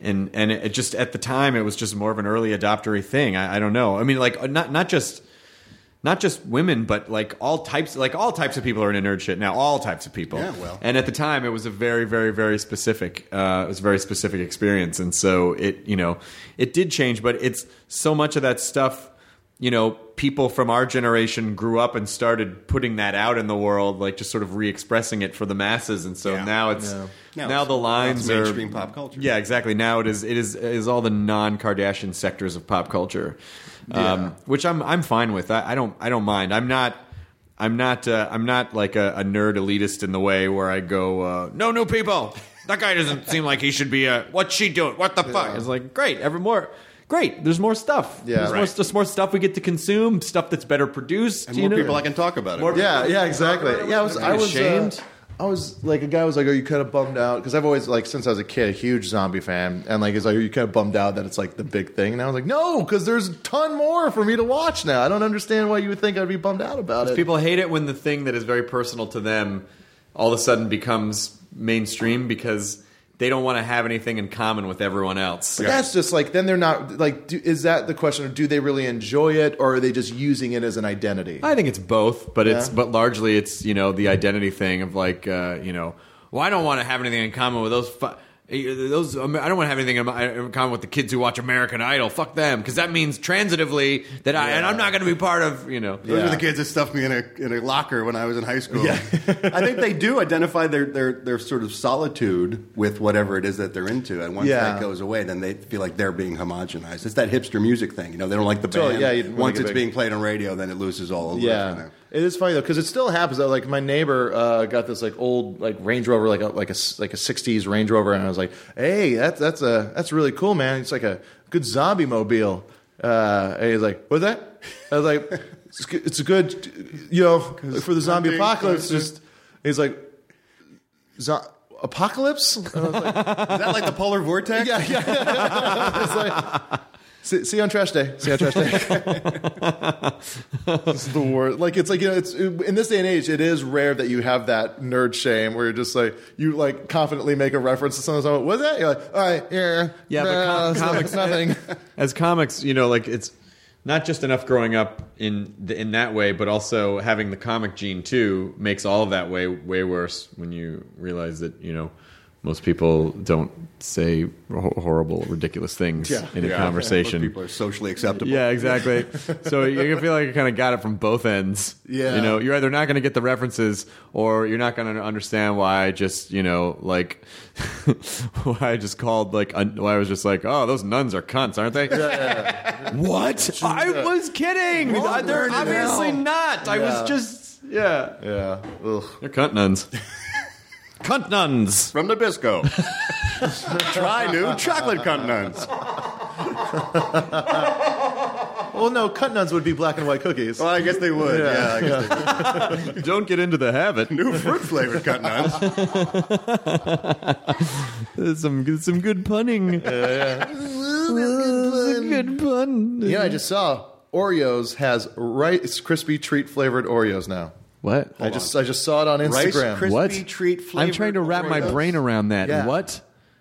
S6: And and it just at the time it was just more of an early adoptery thing. I, I don't know. I mean, like not not just not just women, but like all types, like all types of people are into nerd shit now. All types of people.
S7: Yeah, well.
S6: And at the time, it was a very, very, very specific. Uh, it was a very specific experience, and so it, you know, it did change. But it's so much of that stuff. You know, people from our generation grew up and started putting that out in the world, like just sort of re-expressing it for the masses. And so
S7: Yeah.
S6: now it's
S7: Now
S6: now
S7: it's-
S6: the
S7: now it's
S6: lines are
S7: mainstream pop culture.
S6: Yeah, exactly. Now it is it is it is all the non Kardashian sectors of pop culture, um, which I'm I'm fine with. I, I don't I don't mind. I'm not. I'm not. Uh, I'm not like a, a nerd elitist in the way where I go, uh, no new people. That guy doesn't seem like he should be. A, what's she doing? What the fuck? It's like great. Ever more. Great. There's more stuff.
S8: Yeah.
S6: There's more,
S8: Right.
S6: just more stuff we get to consume. Stuff that's better produced.
S7: and
S6: you
S7: more
S6: know?
S7: people I can talk about it. with.
S8: Yeah, yeah, exactly. Yeah, I was, I was uh,
S6: Ashamed?
S8: I was like, a guy was like, "Are you kind of bummed out?" Because I've always like, since I was a kid, a huge zombie fan, and like, he's like, "Are you kind of bummed out that it's like the big thing?" And I was like, "No, because there's a ton more for me to watch now. I don't understand why you would think I'd be bummed out about it."
S6: People hate it when the thing that is very personal to them all of a sudden becomes mainstream because they don't want to have anything in common with everyone else.
S8: But that's just like then they're not like. Do, is that the question? Or do they really enjoy it, or are they just using it as an identity?
S6: I think it's both, but it's
S8: Yeah.
S6: but largely it's you know the identity thing of like uh, you know well I don't want to have anything in common with those. Fu- eh, those I don't want to have anything in my- in common with the kids who watch American Idol. Fuck them, because that means transitively that I and I'm not going to be part of. You know,
S7: Those
S8: Yeah.
S7: were the kids that stuffed me in a in a locker when I was in high school. I think they do identify their, their their sort of solitude with whatever it is that they're into, and once
S8: Yeah.
S7: that goes away, then they feel like they're being homogenized. It's that hipster music thing, you know. They don't like the
S8: Totally,
S7: band.
S8: yeah, you- when they
S7: once
S8: get
S7: it's
S8: big.
S7: being played on radio, then it loses all. allure
S8: Yeah,
S7: for them.
S8: it is funny though because it still happens. Though. Like my neighbor uh, got this like old like Range Rover, like a, like a s- like a '60s Range Rover, and I was like, "Hey, that's that's a that's really cool, man. It's like a good zombie mobile." Uh, and he's like, "What's that?" I was like, "It's, g- it's a good, you know, for the zombie
S7: being
S8: apocalypse."
S7: closer.
S8: Just he's like, "Zo- apocalypse?" And I was like,
S7: Is that like the polar vortex?
S8: yeah, yeah. it's like, see, see you on trash day. See you on trash day. it's the worst. Like it's like you know, it's in this day and age, it is rare that you have that nerd shame where you're just like you like confidently make a reference to something. someone, What's that? You're like, all right, yeah,
S6: Yeah, but com-
S8: nah, it's
S6: comics-
S8: nothing.
S6: as comics, you know, like it's not just enough growing up in the, in that way, but also having the comic gene too makes all of that way way worse when you realize that you know most people don't say ho- horrible, ridiculous things
S8: Yeah.
S6: in a
S7: Most
S6: conversation.
S7: people are socially acceptable.
S6: Yeah, exactly. so you're gonna feel like you kind of got it from both ends.
S8: Yeah.
S6: you know, you're either not gonna get the references, or you're not gonna understand why I just, you know, like why I just called like un- why I was just like, oh, those nuns are cunts, aren't they? What? I was kidding. Uh,
S8: What?
S6: They're
S8: Burn it
S6: obviously
S8: down.
S6: not. I
S8: Yeah.
S6: was just, yeah.
S8: yeah, ugh.
S6: They're cunt nuns. cunt nuns.
S7: From Nabisco. Try new chocolate cunt nuns.
S8: Well, no, cut nuns would be black and white cookies.
S7: Well, I guess they would. Yeah, I guess they would.
S6: Don't get into the habit.
S7: New fruit flavored cunt nuns.
S6: Some some good punning. good pun.
S8: Yeah, I just saw Oreos has Rice crispy treat flavored Oreos now.
S6: What?
S8: I just I just saw it on Instagram.
S7: Krispie
S6: what?
S7: treat
S6: I'm trying to wrap my
S7: Oreos.
S6: brain around that.
S8: Yeah.
S6: What?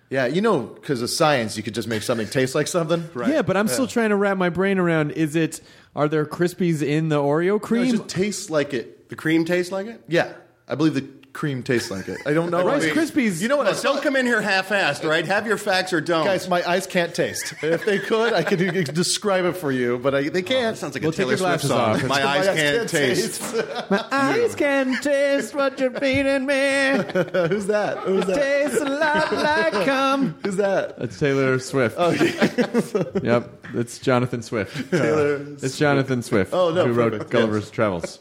S8: Yeah, you know, because of science, you could just make something taste like something. Right.
S6: Yeah, but I'm still trying to wrap my brain around. Is it? Are there Krispies in the Oreo
S8: It
S6: cream?
S8: just tastes like it.
S7: The cream tastes like it?
S8: Yeah. I believe the cream tastes like it. I don't know.
S6: Rice
S8: I mean,
S6: Krispies-
S8: You know what? I
S7: But don't come in here half-assed, all right? Have your facts or don't.
S8: Guys, my eyes can't taste. If they could, I could describe it for you, but I, they can't.
S7: Oh, that sounds like
S6: Well,
S7: a
S6: take your
S7: Taylor Swift
S6: glasses
S7: song.
S6: off.
S7: My eyes can't, taste.
S6: Eyes can taste what you're feeding me.
S8: Who's that? Who's that?
S6: Tastes a lot like cum.
S8: Who's that?
S6: That's Taylor Swift.
S7: Oh,
S6: yep, it's Jonathan Swift.
S8: Taylor.
S6: It's Jonathan Swift.
S8: Oh, no,
S6: who wrote
S8: perfect, yes.
S6: Gulliver's Travels?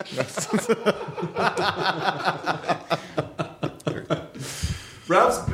S6: Ralph's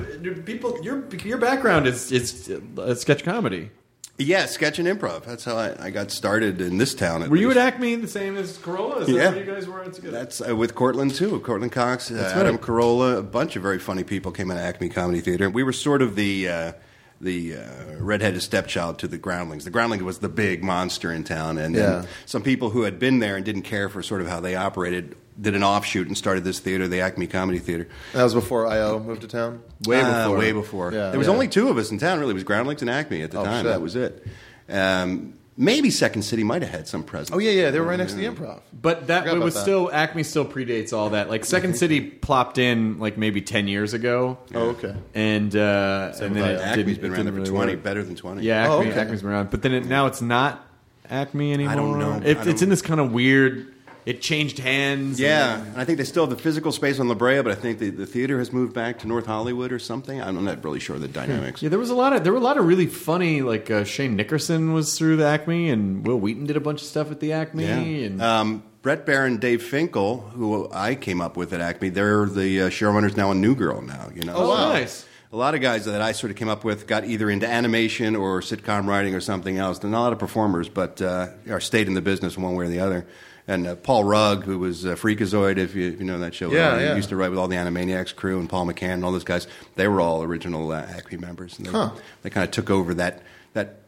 S6: people. Your your background is is uh, sketch comedy.
S7: Yeah, sketch and improv. That's how I, I got started in this town. At
S6: Were you at
S7: least.
S6: Acme the same as Corolla? Is that
S7: Yeah.
S6: where you guys were at together?
S7: That's uh, with Cortland too. Cortland Cox, uh,
S6: right.
S7: Adam Carolla, a bunch of very funny people came out of Acme Comedy Theater. We were sort of the uh, the uh, redheaded stepchild to the Groundlings. The Groundling was the big monster in town, and then
S8: Yeah.
S7: some people who had been there and didn't care for sort of how they operated did an offshoot and started this theater, the Acme Comedy Theater.
S8: That was before IO moved to town.
S7: Way before. Uh, Way before.
S8: Yeah.
S7: there was
S8: Yeah.
S7: only two of us in town, really. It was Groundlings and Acme at the
S8: Oh,
S7: time.
S8: shit.
S7: That was it. Um, maybe Second City might have had some presence.
S8: Oh yeah, yeah. They were right next to the improv.
S6: But that
S8: Forgot
S6: it
S8: about
S6: was
S8: that.
S6: still Acme still predates all that. Like
S7: Mm-hmm.
S6: Second City plopped in like maybe ten years ago.
S8: Oh, okay.
S6: And uh, and then it
S7: Acme's
S6: didn't-
S7: been
S6: it
S7: around there
S6: didn't
S7: for
S6: really
S7: 20,
S6: work.
S7: better than 20.
S6: Yeah, Acme,
S8: Oh, okay.
S6: Acme's been around, but then it, now it's not Acme anymore.
S7: don't know.
S6: It,
S7: I
S6: It's
S7: don't-
S6: in this kind of weird. It changed hands.
S7: Yeah, and I think they still have the physical space on La Brea, but I think the, the theater has moved back to North Hollywood or something. I'm not really sure of the dynamics.
S6: Hmm. Yeah, there was a lot of there were a lot of really funny like uh, Shane Nickerson was through the Acme and Will Wheaton did a bunch of stuff at the Acme and
S7: Um, Brett Barron, Dave Finkel, who I came up with at Acme, they're the uh, showrunners now on New Girl now. You know,
S6: Oh,
S7: So
S6: wow. nice.
S7: A lot of guys that I sort of came up with got either into animation or sitcom writing or something else. They're not a lot of performers, but uh, are stayed in the business one way or the other. And uh, Paul Rugg, who was uh, Freakazoid, if you, if you know that show,
S8: Yeah,
S7: uh, he
S8: yeah.
S7: used to write with all the Animaniacs crew and Paul McCann and all those guys. They were all original uh, Acme members, and they, they kind of took over that that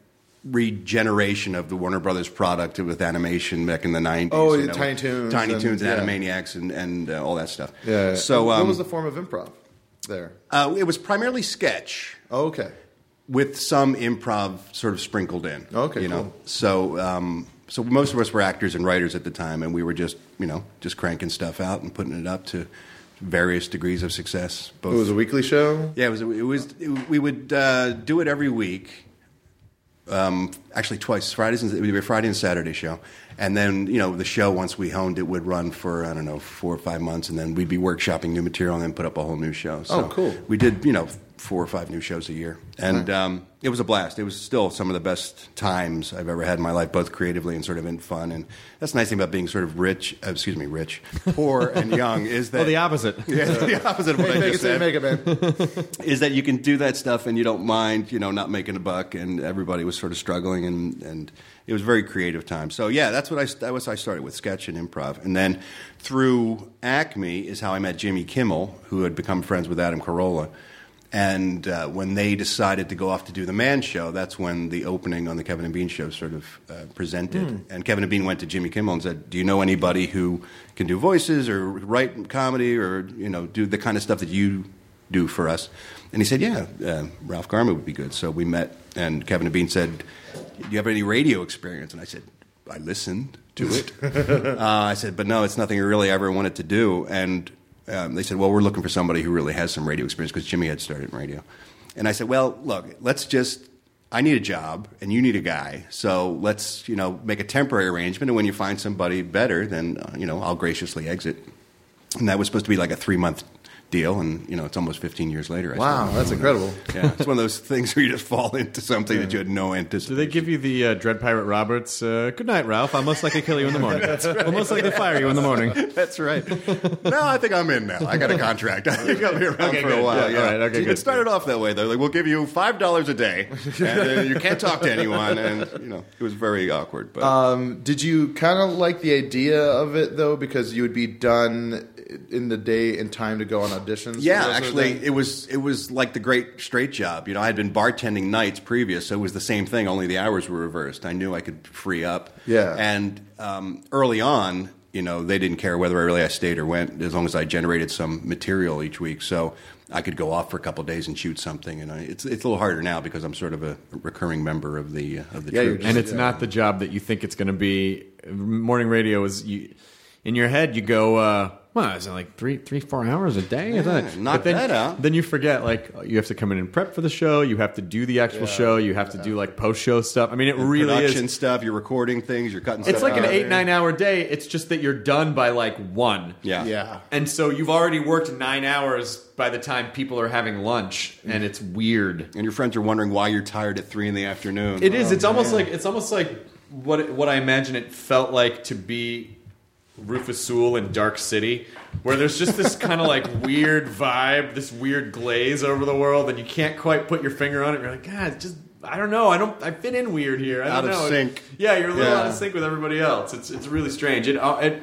S7: regeneration of the Warner Brothers product with animation back in the 90s.
S8: Oh,
S7: you
S8: yeah, Tiny Toons
S7: Tiny
S8: and-
S7: Toons,
S8: yeah.
S7: Animaniacs, and, and uh, all that stuff.
S8: Yeah.
S7: So um,
S8: what was the form of improv there?
S7: uh, it was primarily sketch
S8: Oh, okay.
S7: with some improv sort of sprinkled in.
S8: Okay,
S7: you know.
S8: cool.
S7: So um, so most of us were actors and writers at the time, and we were just you know just cranking stuff out and putting it up to various degrees of success.
S8: It
S7: Both
S8: was a weekly show.
S7: yeah, it was. It was it- we would uh, do it every week. Um, actually, twice Fridays and it would be a Friday and Saturday show, and then you know the show once we honed it would run for I don't know four or five months, and then we'd be workshopping new material and then put up a whole new show. So
S8: Oh, cool.
S7: We did you know four or five new shows a year, and um, it was a blast. It was still some of the best times I've ever had in my life, both creatively and sort of in fun. And that's the nice thing about being sort of rich, uh, excuse me, rich, poor and young is that
S6: oh the opposite.
S7: Yeah, the opposite of what I
S8: Make it,
S7: just
S8: say
S7: said
S8: make it, man.
S7: is that you can do that stuff and you don't mind, you know, not making a buck. And everybody was sort of struggling, and, and it was a very creative time. So yeah, that's what I that was I started with sketch and improv, and then through Acme is how I met Jimmy Kimmel, who had become friends with Adam Carolla. And uh, when they decided to go off to do the Man Show, that's when the opening on the Kevin and Bean Show sort of uh, presented. And Kevin and Bean went to Jimmy Kimmel and said, "Do you know anybody who can do voices or write comedy or you know do the kind of stuff that you do for us? And he said, yeah, uh, Ralph Garman would be good. So we met, and Kevin and Bean said, do you have any radio experience? And I said, I listened to it. uh, I said, but no, it's nothing I really ever wanted to do. And um, they said, well, we're looking for somebody who really has some radio experience because Jimmy had started in radio. And I said, well, look, let's just, I need a job and you need a guy. So let's, you know, make a temporary arrangement. And when you find somebody better, then, uh, you know, I'll graciously exit and that was supposed to be like a three month deal and you know it's almost 15 years later I
S8: Wow,
S7: still-
S8: that's incredible.
S7: yeah it's one of those things where you just fall into something that you had no
S6: Do
S7: anticipation
S6: they give you the uh, Dread Pirate Roberts? Uh, Good night, Ralph. I'm most likely to kill you in the morning. I'm most likely to fire you in the morning.
S7: that's right no I think I'm in now I got a contract I think I'll be around
S6: Okay,
S7: for
S6: good.
S7: a while
S6: Yeah,
S7: yeah,
S6: all right, okay,
S7: it
S6: good.
S7: started off that way though like we'll give you five dollars a day and uh, you can't talk to anyone and you know it was very awkward but
S8: Um, Did you kind of like the idea of it though, because you would be done in the day in time to go on auditions?
S7: Yeah,
S8: or that sort of
S7: actually,
S8: thing?
S7: it was it was like the great straight job. You know, I had been bartending nights previous, so it was the same thing. Only the hours were reversed. I knew I could free up.
S8: Yeah.
S7: and um, early on, you know, they didn't care whether I really I stayed or went, as long as I generated some material each week. So I could go off for a couple of days and shoot something. And I, it's it's a little harder now because I'm sort of a recurring member of the uh, of the
S8: Yeah, you're
S7: troupe.
S8: just-
S6: and it's not the job that you think it's going to be. Morning radio is you, in your head. You go, uh, Well, is it like three, three, four hours a day? Is that-
S7: Yeah, knock
S6: but then,
S7: that out.
S6: Then you forget, like you have to come in and prep for the show. You have to do the actual show. You have to do like post show stuff. I mean, it really is.
S7: production stuff. You're recording things. You're cutting.
S6: It's
S7: stuff
S6: like an
S7: out.
S6: eight, nine hour day. It's just that you're done by like one.
S7: Yeah.
S8: Yeah.
S6: And so you've already worked nine hours by the time people are having lunch, and it's weird.
S7: And your friends are wondering why you're tired at three in the afternoon.
S6: It is. It's almost like it's almost like what it- what I imagine it felt like to be Rufus Sewell in Dark City, where there's just this kind of like weird vibe, this weird glaze over the world, and you can't quite put your finger on it. You're like, God, it's just I don't know. I don't. I fit in weird here. I don't
S7: Out of
S6: know.
S7: sync.
S6: Yeah, you're a little
S7: Yeah.
S6: out of sync with everybody else. It's it's really strange. It uh, it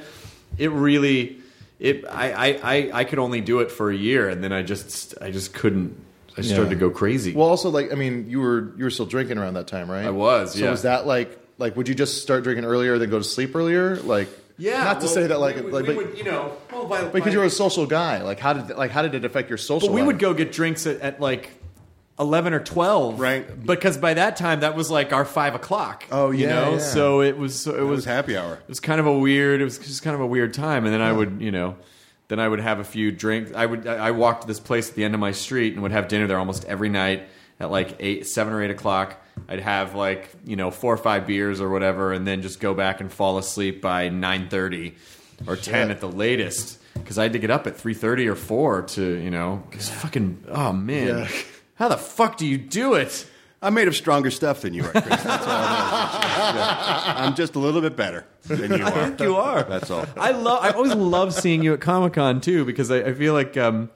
S6: it really it I, I I I could only do it for a year, and then I just I just couldn't. I started
S8: Yeah.
S6: to go crazy.
S8: Well, also like I mean, you were you were still drinking around that time, right?
S6: I was,
S8: So
S6: yeah.
S8: was that like like would you just start drinking earlier then go to sleep earlier? Like
S6: yeah.
S8: Not to
S6: well,
S8: say that like,
S6: we, would-
S8: like
S6: we
S8: but,
S6: would, you know well, by,
S8: because
S6: by-
S8: you're a social guy. Like how did like how did it affect your social?
S6: But we
S8: life?
S6: would go get drinks at, at like eleven or twelve,
S7: Right.
S6: Because by that time, that was like our five o'clock.
S8: Oh,
S6: you
S8: yeah,
S6: know?
S8: yeah.
S6: so it was so it,
S7: was happy hour.
S6: It was kind of a weird. It was just kind of a weird time, and then I would you know. Then I would have a few drinks. I would. I I walked to this place at the end of my street and would have dinner there almost every night at like eight, seven or eight o'clock. I'd have like you know four or five beers or whatever, and then just go back and fall asleep by nine thirty or ten at the latest because I had to get up at three thirty or four to you know. 'cause fucking oh man, how the fuck do you do it?
S7: I'm made of stronger stuff than you are, Chris. That's all. it is. Yeah. I'm just a little bit better than you are. I think you are. That's all.
S6: I love. I always love seeing you at Comic Con too because I, I feel like, um,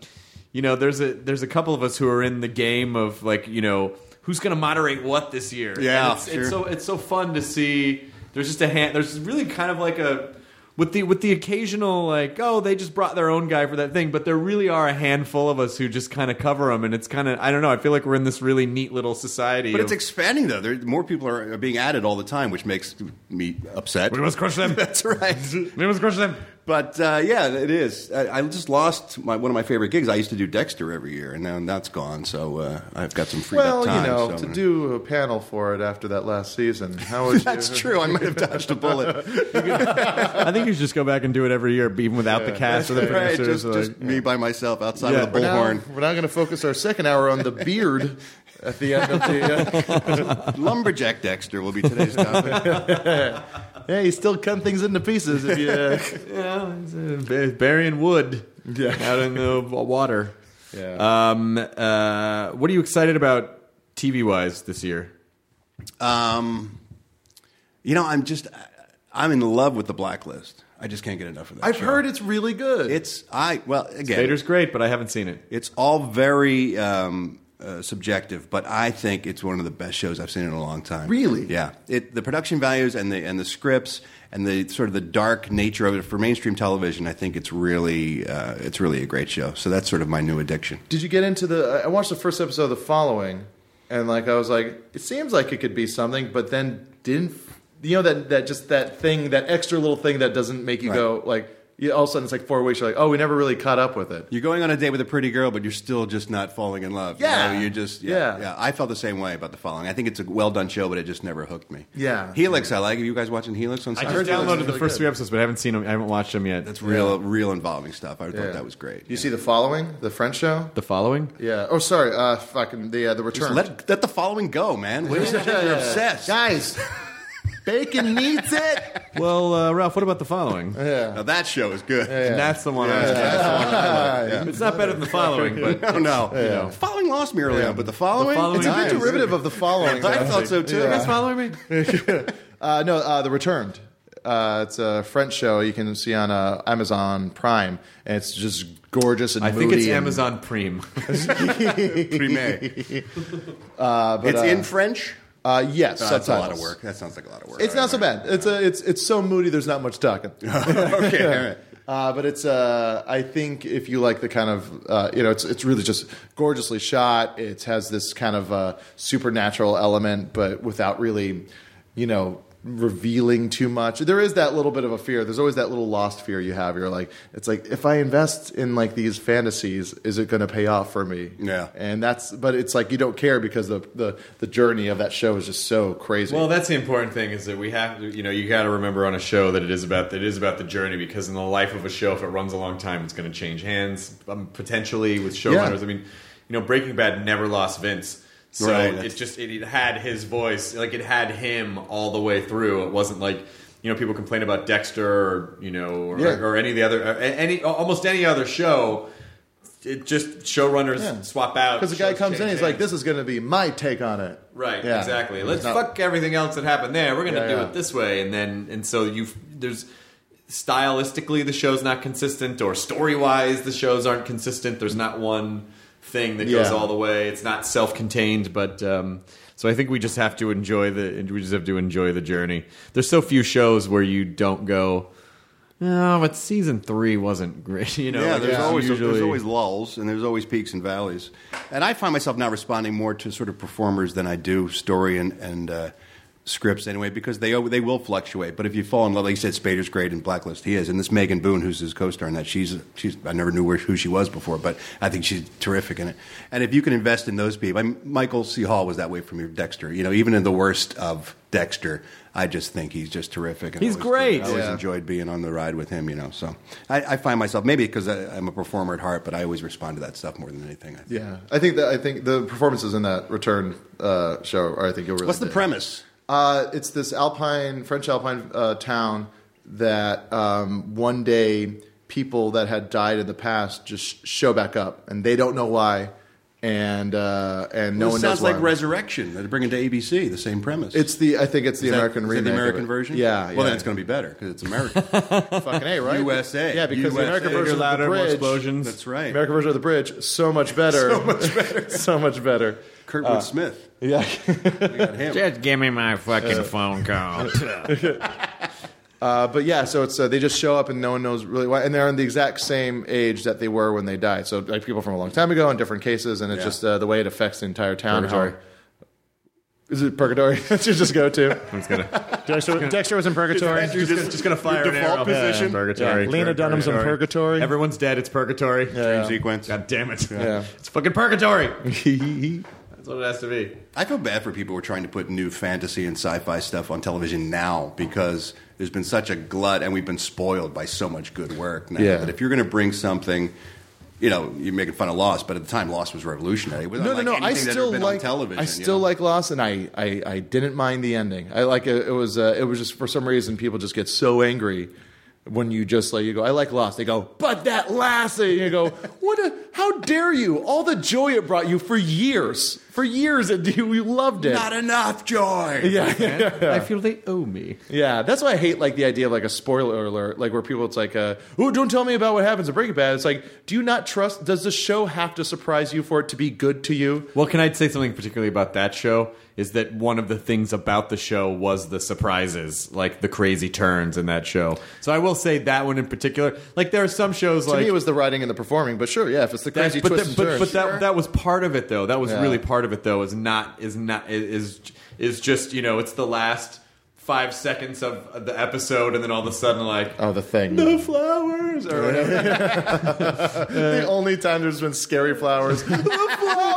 S6: you know, there's a there's a couple of us who are in the game of like, you know, who's going to moderate what this year.
S7: Yeah,
S6: And it's, it's
S7: sure.
S6: so it's so fun to see. There's just a hand. There's really kind of like a with the with the occasional like, oh, they just brought their own guy for that thing, but there really are a handful of us who just kind of cover them, and it's kind of I don't know. I feel like we're in this really neat little society.
S7: But it's
S6: of-
S7: expanding though. There, more people are are being added all the time, which makes me upset.
S6: we must crush them.
S7: That's right.
S6: We must crush them.
S7: But uh, yeah, it is. I, I just lost my, one of my favorite gigs. I used to do Dexter every year, and now that's gone. So uh, I've got some free
S8: Well,
S7: time.
S8: you know,
S7: so I'm
S8: to
S7: gonna-
S8: do a panel for it after that last season, how would
S7: That's
S8: you?
S7: true. I might have dodged a bullet.
S6: I think you should just go back and do it every year, even without the cast or the
S7: right,
S6: producers.
S7: just,
S6: like-
S7: just me by myself outside
S6: Yeah.
S7: with a
S8: We're now,
S7: bullhorn.
S8: we're now going to focus our second hour on the beard at the end of the. Uh,
S7: Lumberjack Dexter will be today's topic.
S8: yeah, you still cut things into pieces if you. Uh,
S6: Yeah, it's, uh, bu- burying wood
S8: Yeah.
S6: out in the w- water.
S8: Yeah.
S6: Um, uh, what are you excited about TV wise this year?
S7: um, you know, I'm just, I'm in love with the blacklist. I just can't get enough of that.
S8: I've
S7: show.
S8: heard it's really good.
S7: It's I well again.
S6: Vader's great, but I haven't seen it.
S7: It's all very um, uh, subjective, but I think it's one of the best shows I've seen in a long time.
S8: Really?
S7: Yeah. It, the production values and the and the scripts and the sort of the dark nature of it for mainstream television. I think it's really uh, it's really a great show. So that's sort of my new addiction.
S8: Did you get into the? I watched the first episode of the following, and like I was like, it seems like it could be something, but then didn't. You know that that just that thing, that extra little thing that doesn't make you go like. You, all of a sudden, it's like four weeks. You're like, oh, we never really caught up with it.
S7: You're going on a date with a pretty girl, but you're still just not falling in love.
S8: Yeah.
S7: you are just yeah,
S8: Yeah.
S7: yeah. I felt the same way about the following. I think it's a well done show, but it just never hooked me.
S8: Yeah.
S7: Helix, I like. Are you guys watching Helix on?
S6: I
S7: Sci-Fi?
S6: just
S8: that was
S6: downloaded the
S8: really
S6: first
S8: good.
S6: three episodes, but I haven't seen them. I haven't watched them yet.
S7: That's real, real involving stuff. I thought that was great.
S8: You see the following, the French show.
S6: the following.
S8: Yeah. Oh, sorry. Uh, fucking the uh, the
S7: Just
S8: return.
S7: let let the following go, man. Wait a second,
S8: Yeah,
S7: you're
S8: yeah.
S7: obsessed.
S8: guys. Bacon needs it.
S6: Well, uh, Ralph, what about the following?
S7: Now that show is good.
S6: And that's the one. I was It's not better than the following, but
S7: No, no. The following lost me early on, but the following,
S6: following
S7: it's
S6: is
S8: It's
S6: a
S8: a
S7: nice.
S8: good derivative of the following.
S7: I thought so too.
S6: you guys following me?
S8: Uh, no, uh, The Returned. Uh, it's a French show you can see on uh, Amazon Prime, and it's just gorgeous and
S6: I think it's
S8: moody and-
S6: Amazon Prime.
S7: Primaire. it's in French.
S8: Uh, yes,
S7: Oh,
S8: subtitles.
S7: that's a lot of work. That sounds like a lot of work.
S8: It's not so bad. It's a, it's it's so moody. There's not much talking.
S7: okay, all right.
S8: Uh, but it's uh, I think if you like the kind of uh, you know it's it's really just gorgeously shot. It has this kind of uh, supernatural element, but without really you know revealing too much. There is that little bit of a fear. There's always that little lost fear you have. You're like, it's like if I invest in like these fantasies, is it going to pay off for me?
S7: Yeah.
S8: And that's, but it's like you don't care because the the, the journey of that show is just so crazy.
S6: Well, that's the important thing is that we have to, you know, you got to remember on a show that it is about that it is about the journey because in the life of a show, if it runs a long time, it's going to change hands um, potentially with showrunners.
S8: Yeah.
S6: I mean, you know, Breaking Bad never lost Vince. So
S7: Right.
S6: it just it, it had his voice, like it had him all the way through. It wasn't like you know people complain about Dexter or you know or,
S8: Yeah.
S6: or any of the other or any almost any other show. It just showrunners
S8: Yeah.
S6: swap out
S8: because the guy
S6: shows
S8: comes in,
S6: change
S8: he's like,
S6: hands.
S8: this is going to be my take on it.
S6: Right,
S8: Yeah.
S6: exactly.
S8: It's
S6: Let's
S8: not-
S6: fuck everything else that happened there. We're gonna
S8: Yeah,
S6: do
S8: yeah.
S6: it this way, and then and so you there's stylistically the show's not consistent, or story wise the shows aren't consistent. There's not one thing that goes
S8: Yeah.
S6: all the way. It's not self contained, but um, so I think we just have to enjoy the we just have to enjoy the journey. There's so few shows where you don't go. No, but season three wasn't great. You know,
S7: yeah,
S6: like,
S7: there's
S6: it's
S7: always there's
S6: usually-
S7: always lulls and there's always peaks and valleys, and I find myself now responding more to sort of performers than I do story and and uh, scripts anyway because they they will fluctuate. But if you fall in love, like you said, Spader's great in Blacklist, he is, and this Megan Boone who's his co-star in that she's she's I never knew where, who she was before, but I think she's terrific in it. And if you can invest in those people, I mean, Michael C. Hall was that way from your Dexter, you know, even in the worst of Dexter. I just think he's just terrific. and I
S6: He's
S7: always-
S6: great.
S7: I always
S8: Yeah.
S7: enjoyed being on the ride with him, you know. So I, I find myself maybe because I'm a performer at heart, but I always respond to that stuff more than anything. I think.
S8: Yeah, I think that I think the performances in that return uh, show. Are, I think you'll really.
S7: What's the
S8: dig.
S7: premise?
S8: Uh, it's this Alpine French Alpine uh, town that um, one day people that had died in the past just show back up, and they don't know why, and uh, and no
S7: Well, it
S8: one
S7: sounds
S8: knows
S7: like
S8: why.
S7: Resurrection. They're bringing to ABC the same premise.
S8: it's the I think it's the
S7: Is that-
S8: American
S7: is that
S8: remake.
S7: the
S8: of
S7: American
S8: it.
S7: version.
S8: Yeah.
S7: Well, then it's going to be better because it's American.
S8: to fucking a right.
S7: USA.
S8: Yeah, because the
S7: USA.
S8: American
S7: Bigger,
S8: version of
S6: louder,
S8: the
S6: more
S8: bridge,
S6: explosions.
S7: That's right.
S8: American version of the bridge, so much better. so much better. so much better.
S7: Kurtwood
S8: Uh,
S7: Smith.
S8: Yeah.
S7: We got him.
S6: Just give me my fucking phone call.
S8: Uh, but yeah, so it's uh, they just show up and no one knows really why, and they're in the exact same age that they were when they died. So like people from a long time ago in different cases, and it's
S7: Yeah.
S8: just uh, the way it affects the entire town. how-
S6: Purgatory.
S8: Is it purgatory? That you just go to.
S6: I'm just gonna.
S9: Dexter, Dexter was in purgatory.
S6: Just, gonna, just gonna fire an arrow.
S7: default position.
S6: Purgatory.
S9: Yeah. Lena Dunham's in Purgatory.
S6: Everyone's dead. It's purgatory.
S7: Dream sequence.
S6: God damn it.
S8: Yeah.
S6: It's fucking purgatory. That's what it has to be.
S7: I feel bad for people who are trying to put new fantasy and sci-fi stuff on television now because there's been such a glut and we've been spoiled by so much good work. Now
S8: Yeah.
S7: That if you're going to bring something, you know, you're making fun of Lost, but at the time, Lost was revolutionary. It was
S8: No, no,
S7: unlike
S8: no. I
S7: anything that had
S8: still
S7: been
S8: like
S7: on television.
S8: I
S7: you
S8: still
S7: know?
S8: like Lost, and I, I, I didn't mind the ending. I like it, it was uh, it was just for some reason people just get so angry when you just like you go. I like Lost. They go, but that last thing you go. What? A, how dare you? All the joy it brought you for years, for years, and you, you loved it.
S7: not enough joy.
S6: I feel they owe me.
S8: Yeah, that's why I hate like the idea of like a spoiler alert, like where people it's like, uh, "Oh, don't tell me about what happens in Breaking Bad." It's like, do you not trust? Does the show have to surprise you for it to be good to you?
S6: Well, can I say something particularly about that show? Is that one of the things about the show was the surprises, like the crazy turns in that show. So I will say that one in particular. Like there are some shows
S8: to
S6: like
S8: me, it was the writing and the performing, but sure, yeah, if it's the
S6: That-
S8: crazy
S6: but
S8: twists
S6: that,
S8: and
S6: but,
S8: turns.
S6: but that that was part of it though. That was
S8: Yeah.
S6: really part of it though. Is not is not is is just you know it's the last five seconds of the episode, and then all of a sudden like
S8: Oh, the thing.
S6: the flowers or whatever.
S8: the only time there's been scary flowers.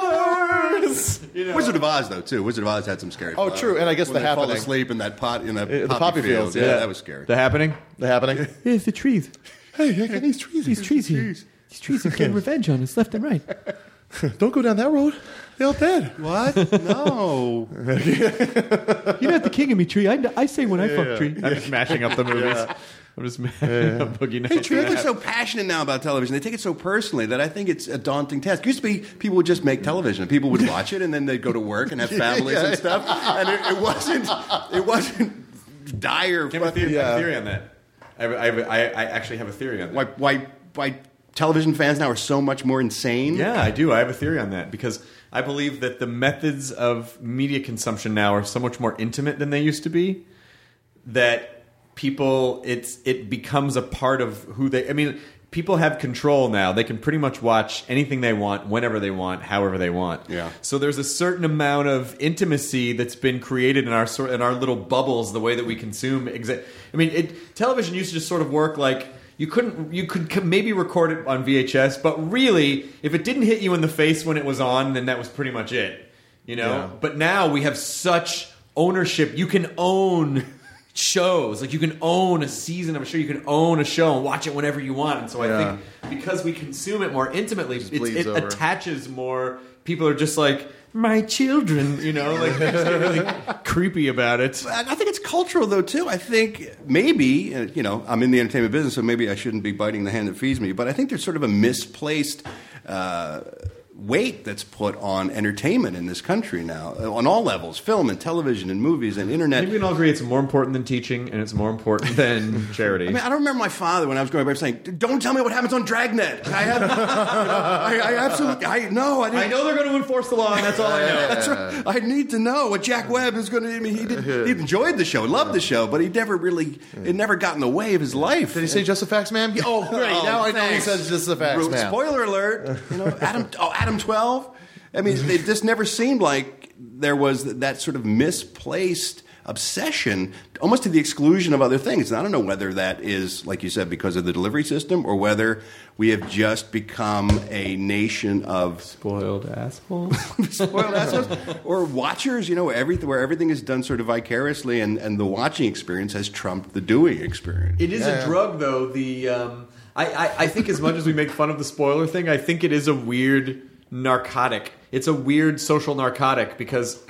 S6: flowers. You know.
S7: Wizard of Oz, though, too. Wizard of Oz had some scary.
S8: Oh,
S7: flowers.
S8: true, and I guess
S7: when
S8: The
S7: they fall
S8: Happening. Uh,
S7: asleep in that pot in that
S8: the
S7: poppy,
S8: poppy
S7: field.
S8: fields, yeah.
S7: that was scary.
S6: The happening.
S8: the happening.
S9: Here's the trees.
S8: Hey, look at these trees. These trees here.
S9: These trees are getting revenge on us left and right.
S8: Don't go down that road. They're all dead.
S7: what? No.
S9: You're not the king of me, tree. I, I say when I fuck tree.
S6: I'm just mashing up the movies. I'm just mashing up Boogie Nights.
S7: People are so passionate now about television. They take it so personally that I think it's a daunting task. Used to be people would just make television. People would watch it and then they'd go to work and have families
S8: yeah, yeah.
S7: and stuff. And it, it wasn't. It wasn't dire. uh,
S6: I have a
S7: fucking-
S6: theory, I have
S8: Yeah.
S6: a theory on that. I, have, I, have, I, I actually have a theory on that.
S7: Why? Why? Why? Television fans now are so much more insane.
S6: Yeah, I do. I have a theory on that because I believe that the methods of media consumption now are so much more intimate than they used to be that people it's it becomes a part of who they I mean people have control now. They can pretty much watch anything they want whenever they want, however they want.
S7: Yeah.
S6: So there's a certain amount of intimacy that's been created in our sort in our little bubbles, the way that we consume. Exa- I mean, it, television used to just sort of work like you couldn't you could c- maybe record it on VHS, but really, if it didn't hit you in the face when it was on, then that was pretty much it. You know.
S8: Yeah.
S6: But now we have such ownership. You can own. Shows like you can own a season of a show, you can own a show and watch it whenever you want. And so I
S8: Yeah.
S6: think because we consume it more intimately, it's,
S8: bleeds
S6: it
S8: over.
S6: attaches more. People are just like my children, you know, like they just get really creepy about it.
S7: I I think it's cultural though too. I think maybe uh, you know I'm in the entertainment business, so maybe I shouldn't be biting the hand that feeds me. But I think there's sort of a misplaced uh, weight that's put on entertainment in this country now, uh, on all levels: film and television and movies and internet.
S6: I think we can all agree it's more important than teaching and it's more important than charity.
S7: I mean, I don't remember my father when I was growing up saying, "Don't tell me what happens on Dragnet." I have, you know, I, I absolutely, I know, I didn't.
S6: I know they're going to enforce the law, and that's all I know.
S7: That's right. I need to know what Jack Webb is going to. I mean, he, did, he enjoyed the show, loved the show, but he never really, it never got in the way of his life.
S8: Did he say just the facts, ma'am? He- oh, great.
S7: Oh,
S8: now I know he
S7: thanks.
S8: says just the facts,
S7: Ru-
S8: ma'am.
S7: Spoiler alert! You know, Adam. Oh, Adam Twelve. I mean, it just never seemed like there was that sort of misplaced obsession, almost to the exclusion of other things. And I don't know whether that is, like you said, because of the delivery system, or whether we have just become a nation of
S6: Spoiled assholes.
S7: well, that's what- or watchers, you know, everything where everything is done sort of vicariously, and, and the watching experience has trumped the doing experience.
S6: It is a drug, though. The um, I, I I think as much as we make fun of the spoiler thing, I think it is a weird narcotic. It's a weird social narcotic because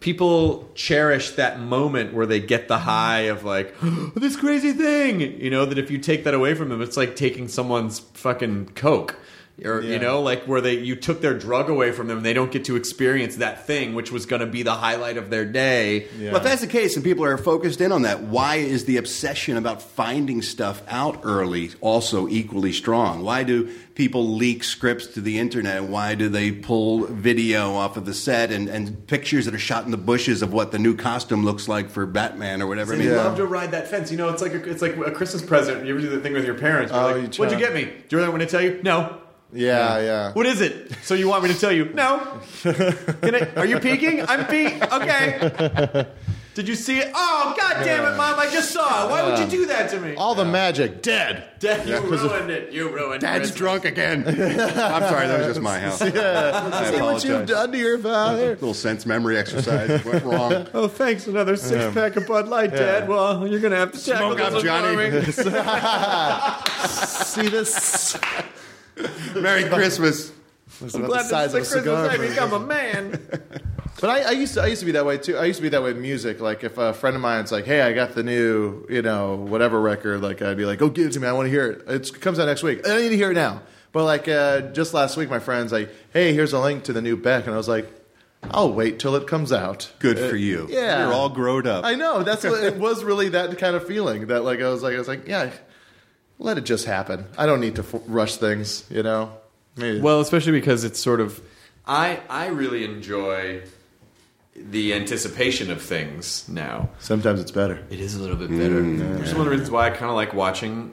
S6: people cherish that moment where they get the high of like this crazy thing. You know that if you take that away from them, it's like taking someone's fucking coke. Or you know, like where they you took their drug away from them, and they don't get to experience that thing, which was going to be the highlight of their day.
S7: Well, if that's the case, and people are focused in on that, why is the obsession about finding stuff out early also equally strong? Why do people leak scripts to the internet? Why do they pull video off of the set and, and pictures that are shot in the bushes of what the new costume looks like for Batman or whatever?
S6: They love to ride that fence. You know, it's like a, it's like a Christmas present. You ever do the thing with your parents? where
S8: Oh,
S6: like,
S8: you try-
S6: What'd you get me? Do you really want me to tell you? No.
S8: Yeah, yeah.
S6: What is it? So you want me to tell you? No. Can I, are you peeking? I'm peeking. Okay. Did you see it? Oh God damn it, Mom! I just saw it. Why would you do that to me?
S8: All the magic dead.
S6: Dad, you ruined it. You ruined
S7: Dad's
S6: Christmas.
S7: drunk again. I'm sorry, that was just my house. I
S8: See what you've
S7: apologize.
S8: done to your father.
S7: Little sense memory exercise went wrong.
S6: Oh, thanks. Another six pack of Bud Light, Dad. Well, you're gonna have to tackle
S7: Smoke up,
S6: this one for me.
S7: Johnny.
S8: See this?
S7: Merry Christmas.
S8: I'm
S6: Glad this is a Christmas. I become a man.
S8: But I, I used to I used to be that way too. I used to be that way in music. Like if a friend of mine's like, "Hey, I got the new you know whatever record," like I'd be like, "Oh, give it to me. I want to hear it. It's- It comes out next week. I need to hear it now." But like uh, just last week, my friend's like, "Hey, here's a link to the new Beck," and I was like, "I'll wait till it comes out."
S7: Good for you.
S8: yeah.
S7: You're all grown up.
S8: I know that's what, it was really that kind of feeling that like I was like I was like yeah, let it just happen. I don't need to f- rush things, you know. Maybe.
S6: Well, especially because it's sort of I I really enjoy the anticipation of things now.
S8: sometimes it's better.
S6: It is a little bit better. Which is one of the reasons why I kind of like watching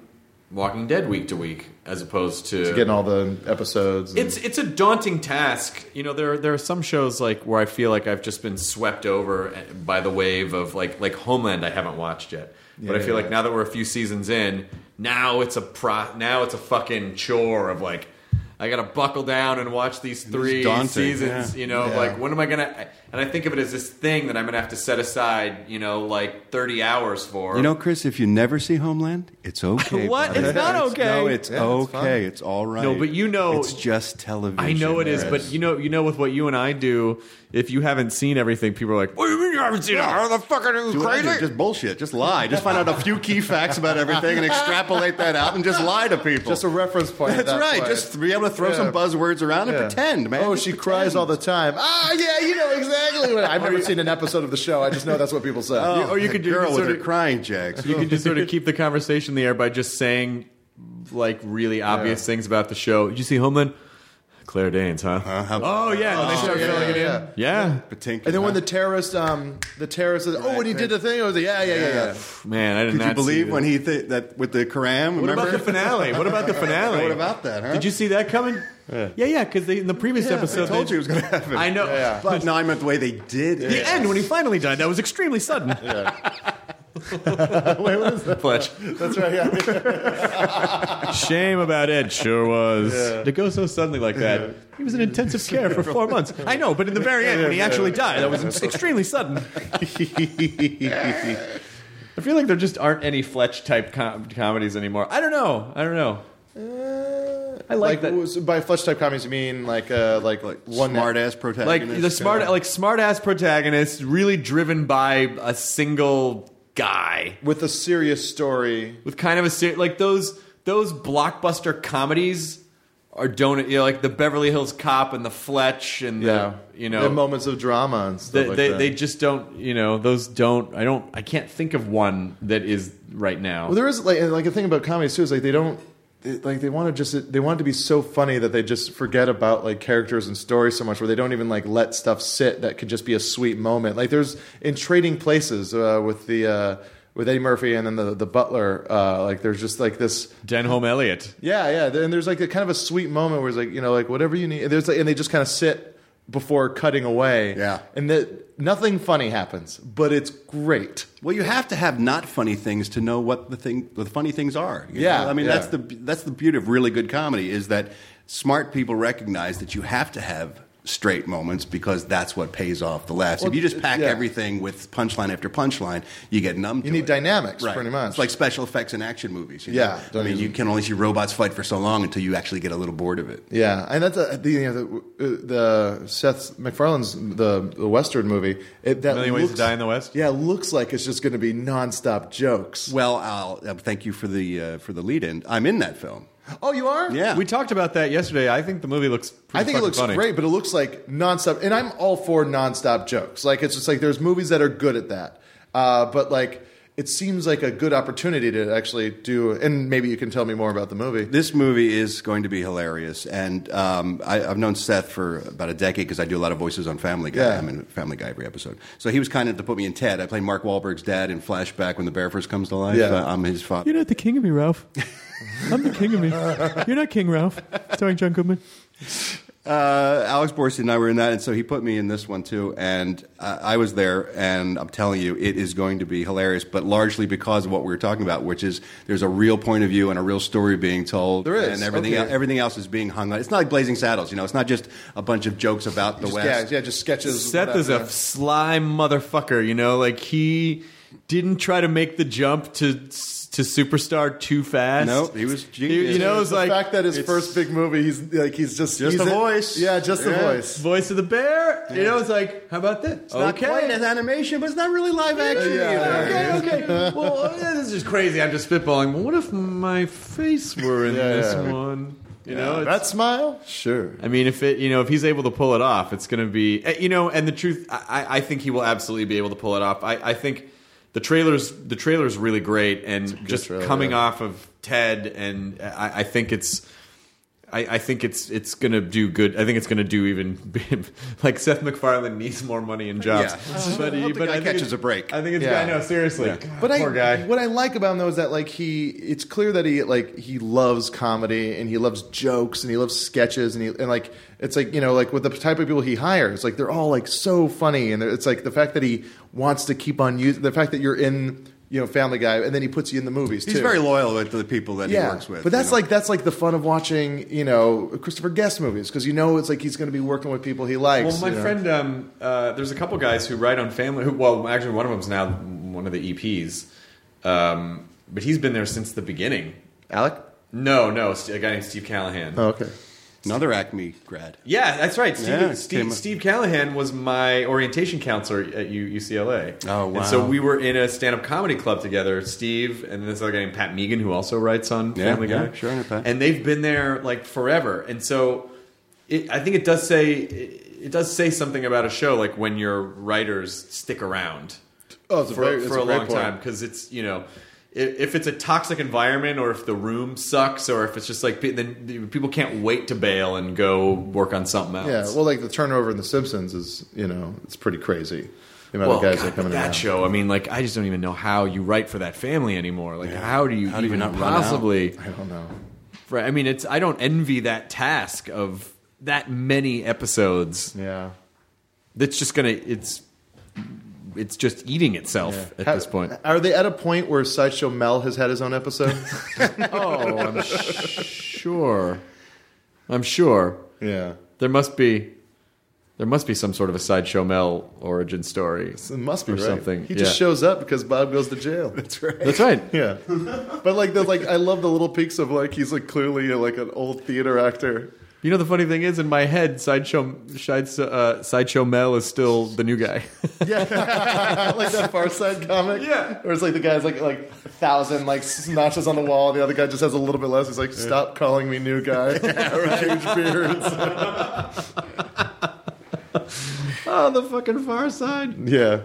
S6: Walking Dead week to week as opposed to
S8: Getting all the episodes.
S7: Mm.
S8: and-
S6: it's it's a daunting task. You know, there there are some shows like where I feel like I've just been swept over eh, by the wave of like like Homeland I haven't watched yet. But I feel like now that we're a few seasons in, now it's a pro now it's a fucking chore of like I gotta buckle down and watch these three
S7: daunting,
S6: seasons,
S7: yeah.
S6: you know, of like when am I gonna and I think of it as this thing that I'm gonna have to set aside, you know, like thirty hours for.
S7: You know, Chris, if you never see Homeland, it's okay.
S6: What?
S7: brother.
S6: It's not okay.
S7: no, it's okay. It's, all right.
S6: No, but you know-
S7: it's just television.
S6: I know it is, but you know, you know, with what you and I do, if you haven't seen everything, people are like, "What do you mean you haven't seen it? How the fuck are
S7: Do
S6: you
S7: what I do.
S6: crazy?"
S7: Just bullshit. Just lie. Just find out a few key facts about everything and extrapolate that out and just lie to people.
S8: just a reference point. at
S7: That's
S8: that
S7: right.
S8: point.
S7: Just be able to throw some
S8: Yeah.
S7: buzzwords around and
S8: Yeah.
S7: pretend, man.
S8: Oh, she cries all the time. Ah, yeah, you know exactly what. I've never seen an episode of the show. I just know that's what people say.
S7: Oh,
S6: or you could do-
S7: girl
S6: you
S7: with
S6: sort
S7: her
S6: of-
S7: crying jacks.
S6: You can just sort of keep the conversation in the air by just saying like really obvious things about the show. Did you see Homeland? Claire Danes, huh?
S7: Uh, how-
S6: oh yeah, and they start
S8: yeah,
S6: filling
S8: yeah,
S6: it in. Yeah.
S8: yeah.
S7: Patinkin,
S8: And then when
S7: huh?
S8: the terrorist, um, the terrorist, says, oh,
S7: Right,
S8: when he
S7: right.
S8: did the thing, I was like, yeah, yeah, yeah, yeah.
S6: man, I did
S7: Could
S6: not
S7: you believe
S6: see
S7: when
S6: this.
S7: he th- that with the Quran?
S6: What
S7: Remember
S6: about the finale? What about the finale?
S7: What about that? Huh?
S6: Did you see that coming? Yeah, yeah, because in the previous episode
S7: I told
S6: they-
S7: you it was going to happen.
S6: I know.
S7: But no, I meant the way they did it.
S6: The end when he finally died, that was extremely sudden.
S8: Wait, what is that?
S6: Fletch.
S8: That's right. Yeah.
S6: Shame about Ed, sure was. To go so suddenly like that. He was in intensive care for four months. I know, but in the very end, when he actually died, that was extremely sudden. I feel like there just aren't any Fletch type com- comedies anymore. I don't know. I don't know. I like that.
S8: was- by flesh type comedies, you mean like uh, like
S7: Like
S8: one
S7: smart ass protagonist.
S6: Like the smart, like smart ass protagonist, really driven by a single guy.
S8: with a serious story.
S6: with kind of a ser- like those those blockbuster comedies are don't you know, like the Beverly Hills Cop and the Fletch and
S8: Yeah,
S6: the you
S8: the
S6: know
S8: moments of drama and stuff
S6: they,
S8: like
S6: they,
S8: that.
S6: they just don't you know those don't I don't I can't think of one that is right now.
S8: Well, there is like and, like the thing about comedies too is like they don't they- like they want to just they want it to be so funny that they just forget about like characters and stories so much where they don't even like let stuff sit that could just be a sweet moment. Like there's in Trading Places uh, with the uh, with Eddie Murphy and then the the butler. Uh, like there's just like this
S6: Denholm Elliott.
S8: yeah yeah and there's like a kind of a sweet moment where it's like you know like whatever you need. And there's like and they just kind of sit before cutting away.
S7: Yeah.
S8: and that nothing funny happens, but it's great.
S7: Well, you have to have not funny things to know what the thing, what the funny things are. you
S8: Yeah,
S7: know? I mean
S8: yeah.
S7: that's the that's the beauty of really good comedy is that smart people recognize that you have to have straight moments because that's what pays off the laughs. if you just pack
S8: yeah.
S7: everything with punchline after punchline, you get numb.
S8: You
S7: to
S8: need
S7: it.
S8: dynamics, pretty much.
S7: It's like special effects in action movies. you
S8: Yeah,
S7: know? I
S8: don't
S7: mean,
S8: use
S7: you
S8: them.
S7: can only see robots fight for so long until you actually get a little bored of it.
S8: Yeah, and that's a, the, you know, the the Seth MacFarlane's the, the Western movie. It, that
S6: Million
S8: looks,
S6: Ways to Die in the West?
S8: Yeah, looks like it's just going to be nonstop jokes.
S7: Well, I'll uh, thank you for the uh, for the lead in. I'm in that film.
S8: Oh, you are?
S7: Yeah.
S6: We talked about that yesterday. I think the movie looks.
S8: I
S6: Pretty
S8: think it
S6: fucking
S8: looks
S6: funny.
S8: great, but it looks like nonstop. And I'm all for nonstop jokes. Like it's just like there's movies that are good at that, uh, but like it seems like a good opportunity to actually do. And maybe you can tell me more about the movie.
S7: This movie is going to be hilarious, and um, I, I've known Seth for about a decade because I do a lot of voices on Family Guy.
S8: Yeah.
S7: I'm in Family Guy every episode, so he was kind enough to put me in Ted. I played Mark Wahlberg's dad in Flashback when the bear first comes to life.
S8: Yeah.
S7: Uh, I'm his father.
S9: You're not the king of me, Ralph. I'm the king of me. You're not King Ralph. Starring John Goodman.
S7: uh, Alex Borstein and I were in that, and so he put me in this one too. And uh, I was there, and I'm telling you, it is going to be hilarious, but largely because of what we were talking about, which is there's a real point of view and a real story being told.
S8: There is,
S7: and everything
S8: okay.
S7: el- everything else is being hung on. It's not like Blazing Saddles, you know. It's not just a bunch of jokes about the
S8: Just,
S7: West.
S8: yeah, yeah, just sketches.
S6: Seth is
S8: whatever.
S6: a sly motherfucker, you know, like he didn't try to make the jump to to superstar too fast.
S7: Nope, he was
S6: You, you know,
S7: genius.
S6: it's
S8: the
S6: like
S8: fact that his first big movie, he's like he's just
S7: Just
S8: he's
S7: a
S8: in-
S7: voice.
S8: Yeah, just the
S7: Yeah.
S8: voice.
S6: voice of the bear. You know, it's like how about this?
S7: It's not quite as animation, but it's not really live action
S8: Yeah.
S7: either.
S6: Okay, okay. Well, uh, this is just crazy. I'm just spitballing. But what if my face were in
S8: Yeah,
S6: this
S8: yeah.
S6: one? You know, it's-
S8: That smile? Sure.
S6: I mean, if it, you know, if he's able to pull it off, it's going to be, eh, you know, and the truth, I, I- I think he will absolutely be able to pull it off. I, I think the trailers, the trailer's really great, and just
S8: trailer,
S6: coming
S8: yeah.
S6: off of Ted, and eh, I, I think it's. I, I think it's it's gonna do good. I think it's gonna do even like Seth MacFarlane needs more money and jobs.
S7: Yeah.
S6: But,
S7: I hope the guy
S6: think
S7: catches
S6: it's-
S7: a break.
S6: I think it's.
S8: Yeah.
S6: I know seriously. God,
S8: But
S6: poor
S8: I,
S6: guy.
S8: what I like about him though is that like he, it's clear that he like he loves comedy and he loves jokes and he loves sketches and he and like it's like you know like with the type of people he hires like they're all like so funny and they're- it's like the fact that he wants to keep on using the fact that you're in you know Family Guy and then he puts you in the movies
S7: He's
S8: too.
S7: very loyal to the people that he works with.
S8: But
S7: you
S8: that's
S7: know.
S8: like that's like the fun of watching, you know, Christopher Guest movies because you know it's like he's going to be working with people he likes.
S6: Well, my
S8: you know.
S6: friend, um, uh, there's a couple guys who write on Family. Who, well, actually, one of them's now one of the EPs, um, but he's been there since the beginning.
S8: Alec.
S6: No, no, St- a guy named Steve Callahan.
S8: Oh, okay.
S7: another Acme grad.
S6: Yeah, that's right. Steve,
S7: Yeah, came-
S6: Steve, Steve Callahan was my orientation counselor at U- UCLA.
S7: Oh, wow.
S6: And so we were in a stand-up comedy club together. Steve and this other guy named Pat Megan, who also writes on
S7: Yeah,
S6: Family
S7: yeah,
S6: Guy.
S7: sure, I know Pat.
S6: And they've been there like forever. And so it, I think it does say it, it does say something about a show like when your writers stick around
S8: Oh, it's a
S6: for,
S8: very- it's
S6: for
S8: a
S6: a,
S8: great
S6: long
S8: point.
S6: time because it's you know. i- if it's a toxic environment or if the room sucks or if it's just like pe- then the- people can't wait to bail and go work on something else.
S8: Yeah, well, like the turnover in The Simpsons is, you know, it's pretty crazy. The amount
S6: Well,
S8: of guys that
S6: God,
S8: are coming
S6: but that
S8: around.
S6: show. I mean, like I just don't even know how you write for that family anymore. Like how do you
S7: How do you
S6: even
S7: not run out?
S6: possibly?
S8: I don't know.
S6: Right. I mean, it's I don't envy that task of that many episodes.
S8: Yeah.
S6: That's just gonna it's it's just eating itself at
S8: How-
S6: this point.
S8: Are they at a point where Sideshow Mel has had his own episode?
S6: oh, I'm sure. I'm sure
S8: yeah.
S6: there must be there must be some sort of a sideshow Mel origin story.
S8: It must be
S6: or
S8: right.
S6: something.
S8: He just
S6: Yeah.
S8: shows up because Bob goes to jail.
S6: That's right.
S8: Yeah, but like the like, I love the little peaks of like he's like clearly uh, like an old theater actor.
S6: You know the funny thing is, in my head, sideshow Sideshow- uh, sideshow Mel is still the new guy.
S8: Yeah, like that Far Side comic.
S6: Yeah.
S8: where it's like the guy's like like a thousand like s- notches on the wall, the other guy just has a little bit less. He's like, stop calling me new guy. Huge beards.
S6: oh, the fucking Far Side.
S8: Yeah,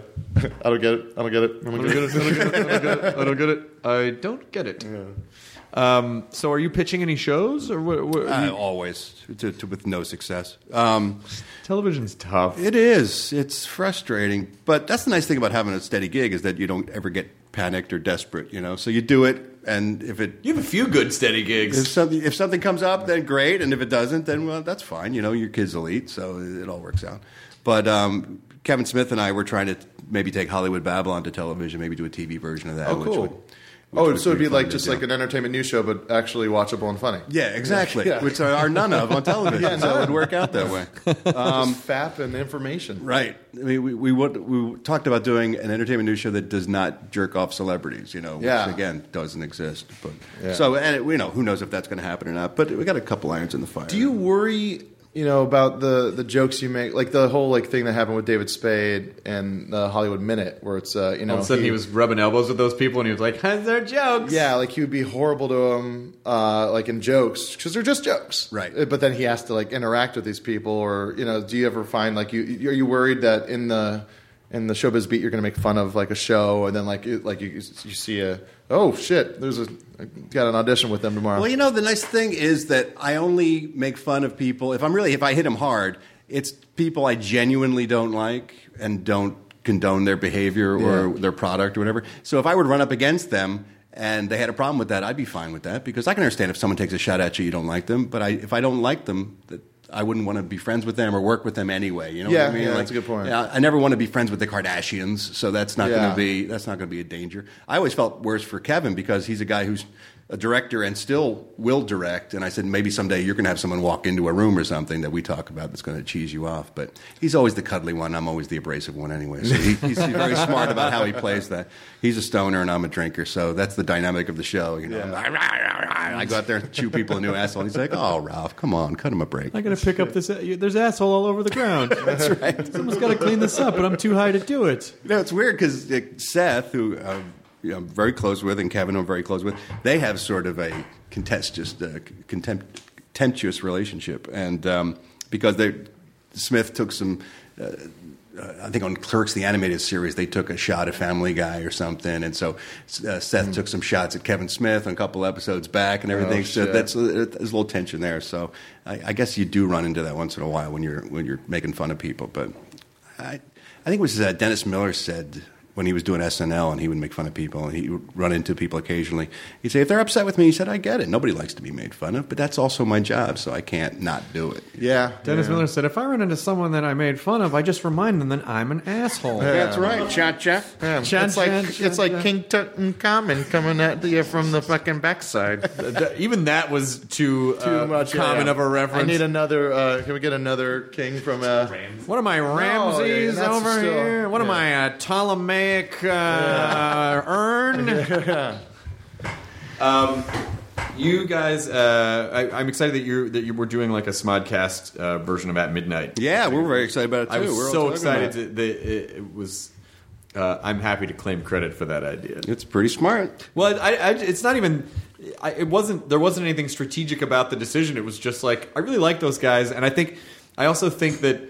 S8: I don't get it. I don't get it. I don't get it.
S6: I don't get it. I don't get it. Um, so, are you pitching any shows or what? what
S8: Mm-hmm.
S7: Uh, always, to, to, with no success. Um,
S6: television's tough.
S7: It is. It's frustrating, but that's the nice thing about having a steady gig is that you don't ever get panicked or desperate. You know, so you do it, and if it
S6: you have a few good steady
S7: if
S6: gigs.
S7: something if something comes up, then great, and if it doesn't, then well, that's fine. You know, your kids will eat, so it all works out. But um, Kevin Smith and I were trying to maybe take Hollywood Babylon to television, maybe do a TV version of that.
S8: Oh,
S7: Which
S8: cool.
S7: would, which
S8: oh,
S7: would
S8: so it'd be
S7: fun
S8: like
S7: to
S8: just
S7: do.
S8: like an entertainment news show, but actually watchable and funny.
S7: yeah, exactly,
S8: Yeah.
S7: which are none of on television. so it would work out that way.
S8: Um, fap and information.
S7: Right. I mean, we, we, would, we talked about doing an entertainment news show that does not jerk off celebrities, you know, which
S8: Yeah.
S7: again doesn't exist. But
S8: Yeah.
S7: so, and it, you know, who knows if that's going to happen or not? But we got a couple irons in the fire.
S8: Do you worry, you know, about the the jokes you make, like the whole like thing that happened with David Spade and the Hollywood Minute, where it's uh, you know,
S6: All of a sudden, he, was rubbing elbows with those people, and he was like, "Has their jokes?"
S8: yeah, like he would be horrible to him, uh, like in jokes because they're just jokes,
S7: Right.
S8: Uh, But then he has to like interact with these people, or you know, do you ever find like you you- are you worried that in the in the showbiz beat you're going to make fun of like a show, and then like it, like you you see a oh shit, there's a I got an audition with them tomorrow.
S7: Well, you know, the nice thing is that I only make fun of people if I'm really if I hit them hard. It's people I genuinely don't like and don't condone their behavior or
S8: Yeah.
S7: their product or whatever. So if I were to run up against them and they had a problem with that, I'd be fine with that because I can understand if someone takes a shot at you, you don't like them. But I, if I don't like them, that I wouldn't want to be friends with them or work with them anyway. You know
S8: Yeah,
S7: what I mean?
S8: yeah, that's a good point.
S7: yeah, I never want to be friends with the Kardashians, so that's not going
S8: Yeah.
S7: to be that's not going to be a danger. I always felt worse for Kevin because he's a guy who's a director and still will direct. And I said maybe someday you're going to have someone walk into a room or something that we talk about that's going to cheese you off. But he's always the cuddly one. I'm always the abrasive one anyway. So he, he's very smart about how he plays that. He's a stoner and I'm a drinker, so that's the dynamic of the show. You know, I'm like, "Rah, rah, rah," I go out there and chew people a new asshole. And he's like, "Oh, Ralph, come on, cut him a break."
S9: I gotta pick up this. There's asshole all over the ground. That's right. Someone's gotta clean this up, but I'm too high to do it.
S7: You know, it's weird because Seth, who um, you know, I'm very close with, and Kevin, who I'm very close with, they have sort of a contentious, uh, contempt, contemptuous relationship, and um, because they, Smith took some. Uh, uh, I think on Clerks, the animated series, they took a shot at Family Guy or something, and so uh, Seth took some shots at Kevin Smith on a couple episodes back and everything. so
S8: shit.
S7: that's uh, there's a little tension there. So I, I guess you do run into that once in a while when you're when you're making fun of people, but I, I think it was uh, Dennis Miller said when he was doing SNL and he would make fun of people and he would run into people occasionally. He'd say, if they're upset with me, he said, I get it. Nobody likes to be made fun of, but that's also my job, so I can't not do it.
S8: yeah,
S6: Dennis
S8: yeah.
S6: Miller said, "If I run into someone that I made fun of, I just remind them that I'm an asshole."
S7: That's right, cha-cha.
S8: Yeah,
S6: Chan,
S8: it's like
S6: chan,
S8: it's like
S6: chan,
S8: King Tutankhamun coming at you from the fucking backside.
S6: Th- Even that was too, uh, common of a reference.
S8: I need another. Uh, can we get another king from? Uh,
S6: What am I, Ramses
S8: that's
S6: over
S8: still-
S6: here? What am
S8: yeah.
S6: I, a Ptolemaic uh, urn? Um, you guys, uh, I, I'm excited that you that you were doing like a Smodcast uh, version of At Midnight.
S7: Yeah, we're very excited about it, too.
S6: I was
S7: We're all
S6: so
S7: talking about
S6: excited
S7: it.
S6: to, that it, it was. Uh, I'm happy to claim credit for that idea.
S7: It's pretty smart.
S6: Well, I, I, it's not even. I, it wasn't. There wasn't anything strategic about the decision. It was just like I really like those guys, and I think. I also think that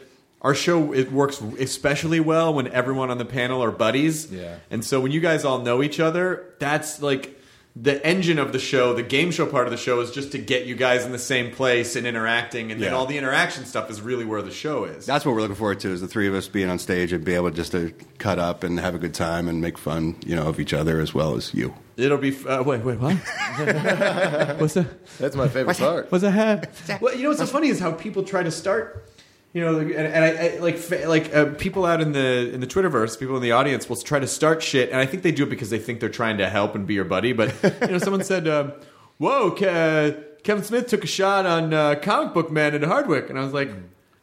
S6: Our show it works especially well when everyone on the panel are buddies.
S8: Yeah.
S6: And so when you guys all know each other, that's like the engine of the show, the game show part of the show is just to get you guys in the same place and interacting and then
S7: Yeah.
S6: all the interaction stuff is really where the show is.
S7: That's what we're looking forward to is the three of us being on stage and be able just to cut up and have a good time and make fun, you know, of each other as well as you.
S6: It'll be f- uh, wait, wait, what? What's that?
S8: That's my favorite part.
S9: Was a hat.
S6: Well, you know what's so funny is how people try to start. You know, and, and I, I like fa- like uh, people out in the in the Twitterverse, people in the audience will try to start shit, and I think they do it because they think they're trying to help and be your buddy. But you know, someone said, um, "Whoa, Ke- uh, Kevin Smith took a shot on uh, Comic Book Man in Hardwick," and I was like,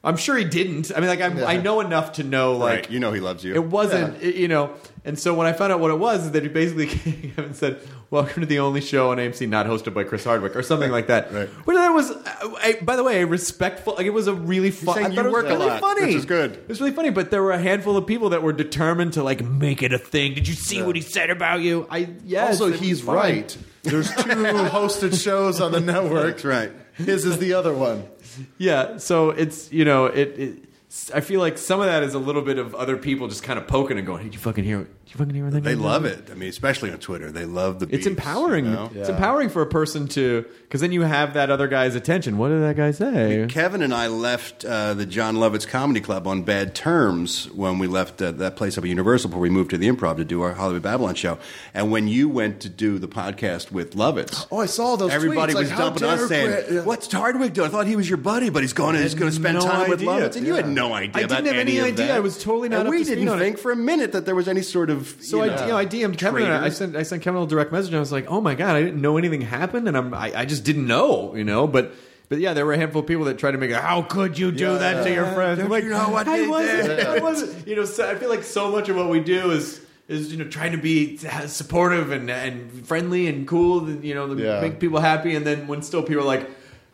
S6: "I'm sure he didn't." I mean, like I'm, I know enough to know, like
S7: Right, you know he loves you.
S6: It wasn't, it- you know. And so when I found out what it was, is that he basically came and said, "Welcome to the only show on AMC not hosted by Chris Hardwick" or something like that.
S7: Right.
S6: Which I was, I, I- by the way, a respectful. Like it was a really fun.
S7: saying
S6: I thought
S7: you
S6: it
S7: work
S6: was
S7: a
S6: really
S7: lot,
S6: funny,
S7: which is good.
S6: It was really funny, but there were a handful of people that were determined to like make it a thing. Did you see what he said about you? I yes.
S8: also,
S6: it was
S8: he's
S6: fun.
S8: right. There's two hosted shows on the network.
S7: That's right.
S8: His is the other one.
S6: Yeah. So it's you know it. it I feel like some of that is a little bit of other people just kind of poking and going, "Did you fucking hear? Did you fucking hear anything?"
S7: They love it. I mean, especially on Twitter, they love the.
S6: It's
S7: beefs,
S6: empowering.
S7: you know?
S6: It's empowering for a person to because then you have that other guy's attention. What did that guy say?
S7: Kevin and I left uh, the John Lovitz Comedy Club on bad terms when we left uh, that place up at Universal before we moved to the Improv to do our Hollywood Babylon show. And when you went to do the podcast with Lovitz,
S8: Oh, I saw those.
S7: everybody
S8: tweets,
S7: was
S8: like, how
S7: dumping us
S8: dare
S7: saying,
S8: Grant- yeah.
S7: "What's Hardwick doing? I thought he was your buddy, but he's going to he's going to spend
S6: no
S7: time with
S6: idea.
S7: Lovitz." And you had no idea.
S6: I didn't
S7: about
S6: have any
S7: of
S6: idea.
S7: that.
S6: I was totally not
S7: And
S6: up
S7: we
S6: to speed
S7: didn't
S6: on it.
S7: think for a minute that there was any sort of.
S6: So
S7: you
S6: I,
S7: know,
S6: you know, I DM'd Kevin. And I- I
S7: traitors.
S6: sent I sent Kevin a direct message. and I was like, "Oh my god, I didn't know anything happened, and I'm I, I just didn't know, you know." But but yeah, there were a handful of people that tried to make it. How could you do that to your friends?
S7: Don't
S6: I'm like,
S7: you know what
S6: I
S7: they
S6: wasn't.
S7: did?"
S6: I wasn't. You know, so I feel like so much of what we do is is you know trying to be supportive and and friendly and cool. And, you know,
S8: Yeah.
S6: make people happy, and then when still people are like,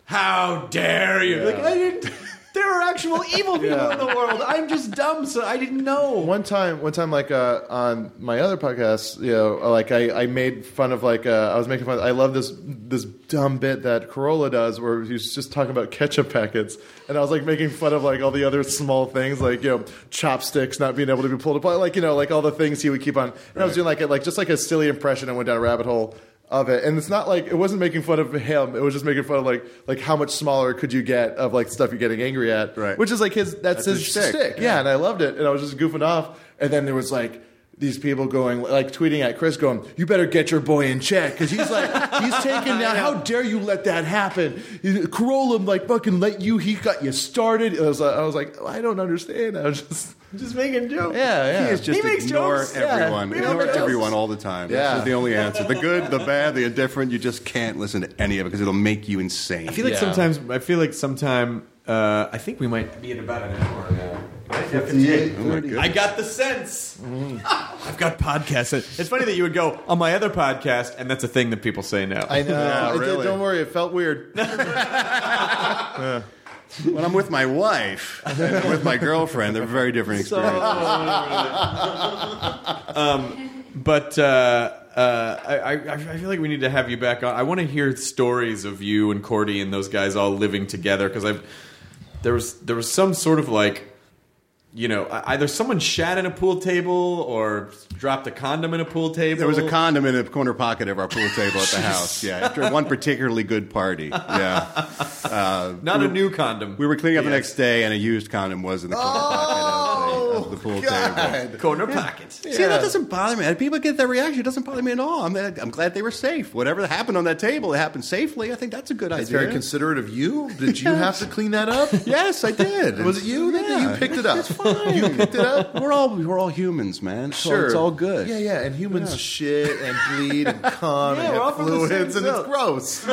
S6: "How dare you?" Like I didn't. There are actual evil people
S8: Yeah.
S6: in the world. I'm just dumb, so I didn't know.
S8: one time one time like uh, on my other podcast you know uh, like i, I made fun of like uh, i was making fun of, i love this this dumb bit that corolla does where he's just talking about ketchup packets and i was like making fun of like all the other small things like you know chopsticks not being able to be pulled apart like you know like all the things he would keep on and i was doing like a, like just like a silly impression and went down a rabbit hole of it and it's not like it wasn't making fun of him it was just making fun of like like how much smaller could you get of like stuff you're getting angry at
S7: Right.
S8: which is like his that's,
S7: That's
S8: his,
S7: his shtick,
S8: shtick.
S7: yeah.
S8: yeah and I loved it. And I was just goofing off, and then there was like these people going, like tweeting at Chris, going, "You better get your boy in check because he's like he's taking that. How dare you let that happen? You- Corolla like fucking let you. He got you started." And I was like, I was like, I don't understand. I was just
S6: just making jokes.
S8: yeah, yeah.
S7: He is just
S6: He makes
S7: ignore
S6: jokes, yeah.
S7: everyone.
S6: He
S7: Ignore
S6: makes jokes.
S7: everyone all the time. Yeah.
S8: Yeah.
S7: That's the only answer. The good, the bad, the indifferent. You just can't listen to any of it because it'll make you insane.
S6: I feel like sometimes I feel like sometime uh, I think we might be at about an hour now.
S7: oh my goodness.
S6: I got the sense.
S7: Mm.
S6: I've got podcasts. It's funny that you would go on my other podcast, and that's a thing that people say now.
S8: I know.
S7: Yeah,
S8: It did-
S7: really.
S8: don't worry, it felt weird.
S7: when I'm with my wife and with my girlfriend, they're very different experiences.
S6: but uh, uh, I, I, I feel like we need to have you back on. I want to hear stories of you and Cordy and those guys all living together because I've there was there was some sort of like you know e- either someone shat in a pool table or dropped a condom in a pool table.
S7: there was a condom in the corner pocket of our pool table at the house. Yeah, after one particularly good party. Yeah, Uh,
S6: not a new condom.
S7: we were cleaning up the
S6: Yes.
S7: next day, and a used condom was in the corner pocket
S6: Oh,
S7: of the, of the pool table.
S6: corner pockets.
S7: See, that doesn't bother me. People get that reaction. It doesn't bother me at all. I'm, I'm glad they were safe. Whatever happened on that table, it happened safely. I think that's a good
S8: It's
S7: idea.
S8: very considerate of you. Did you have to clean that up?
S7: yes, I did.
S8: Was it you? that did- You picked it up.
S7: You picked it up. We're all we're all humans, man. It's all-
S8: Sure,
S7: it's all good.
S8: Yeah, yeah. And humans shit and bleed and cum and
S6: we're all
S8: have
S6: from the same
S8: fluids, and it's
S6: cell.
S8: gross.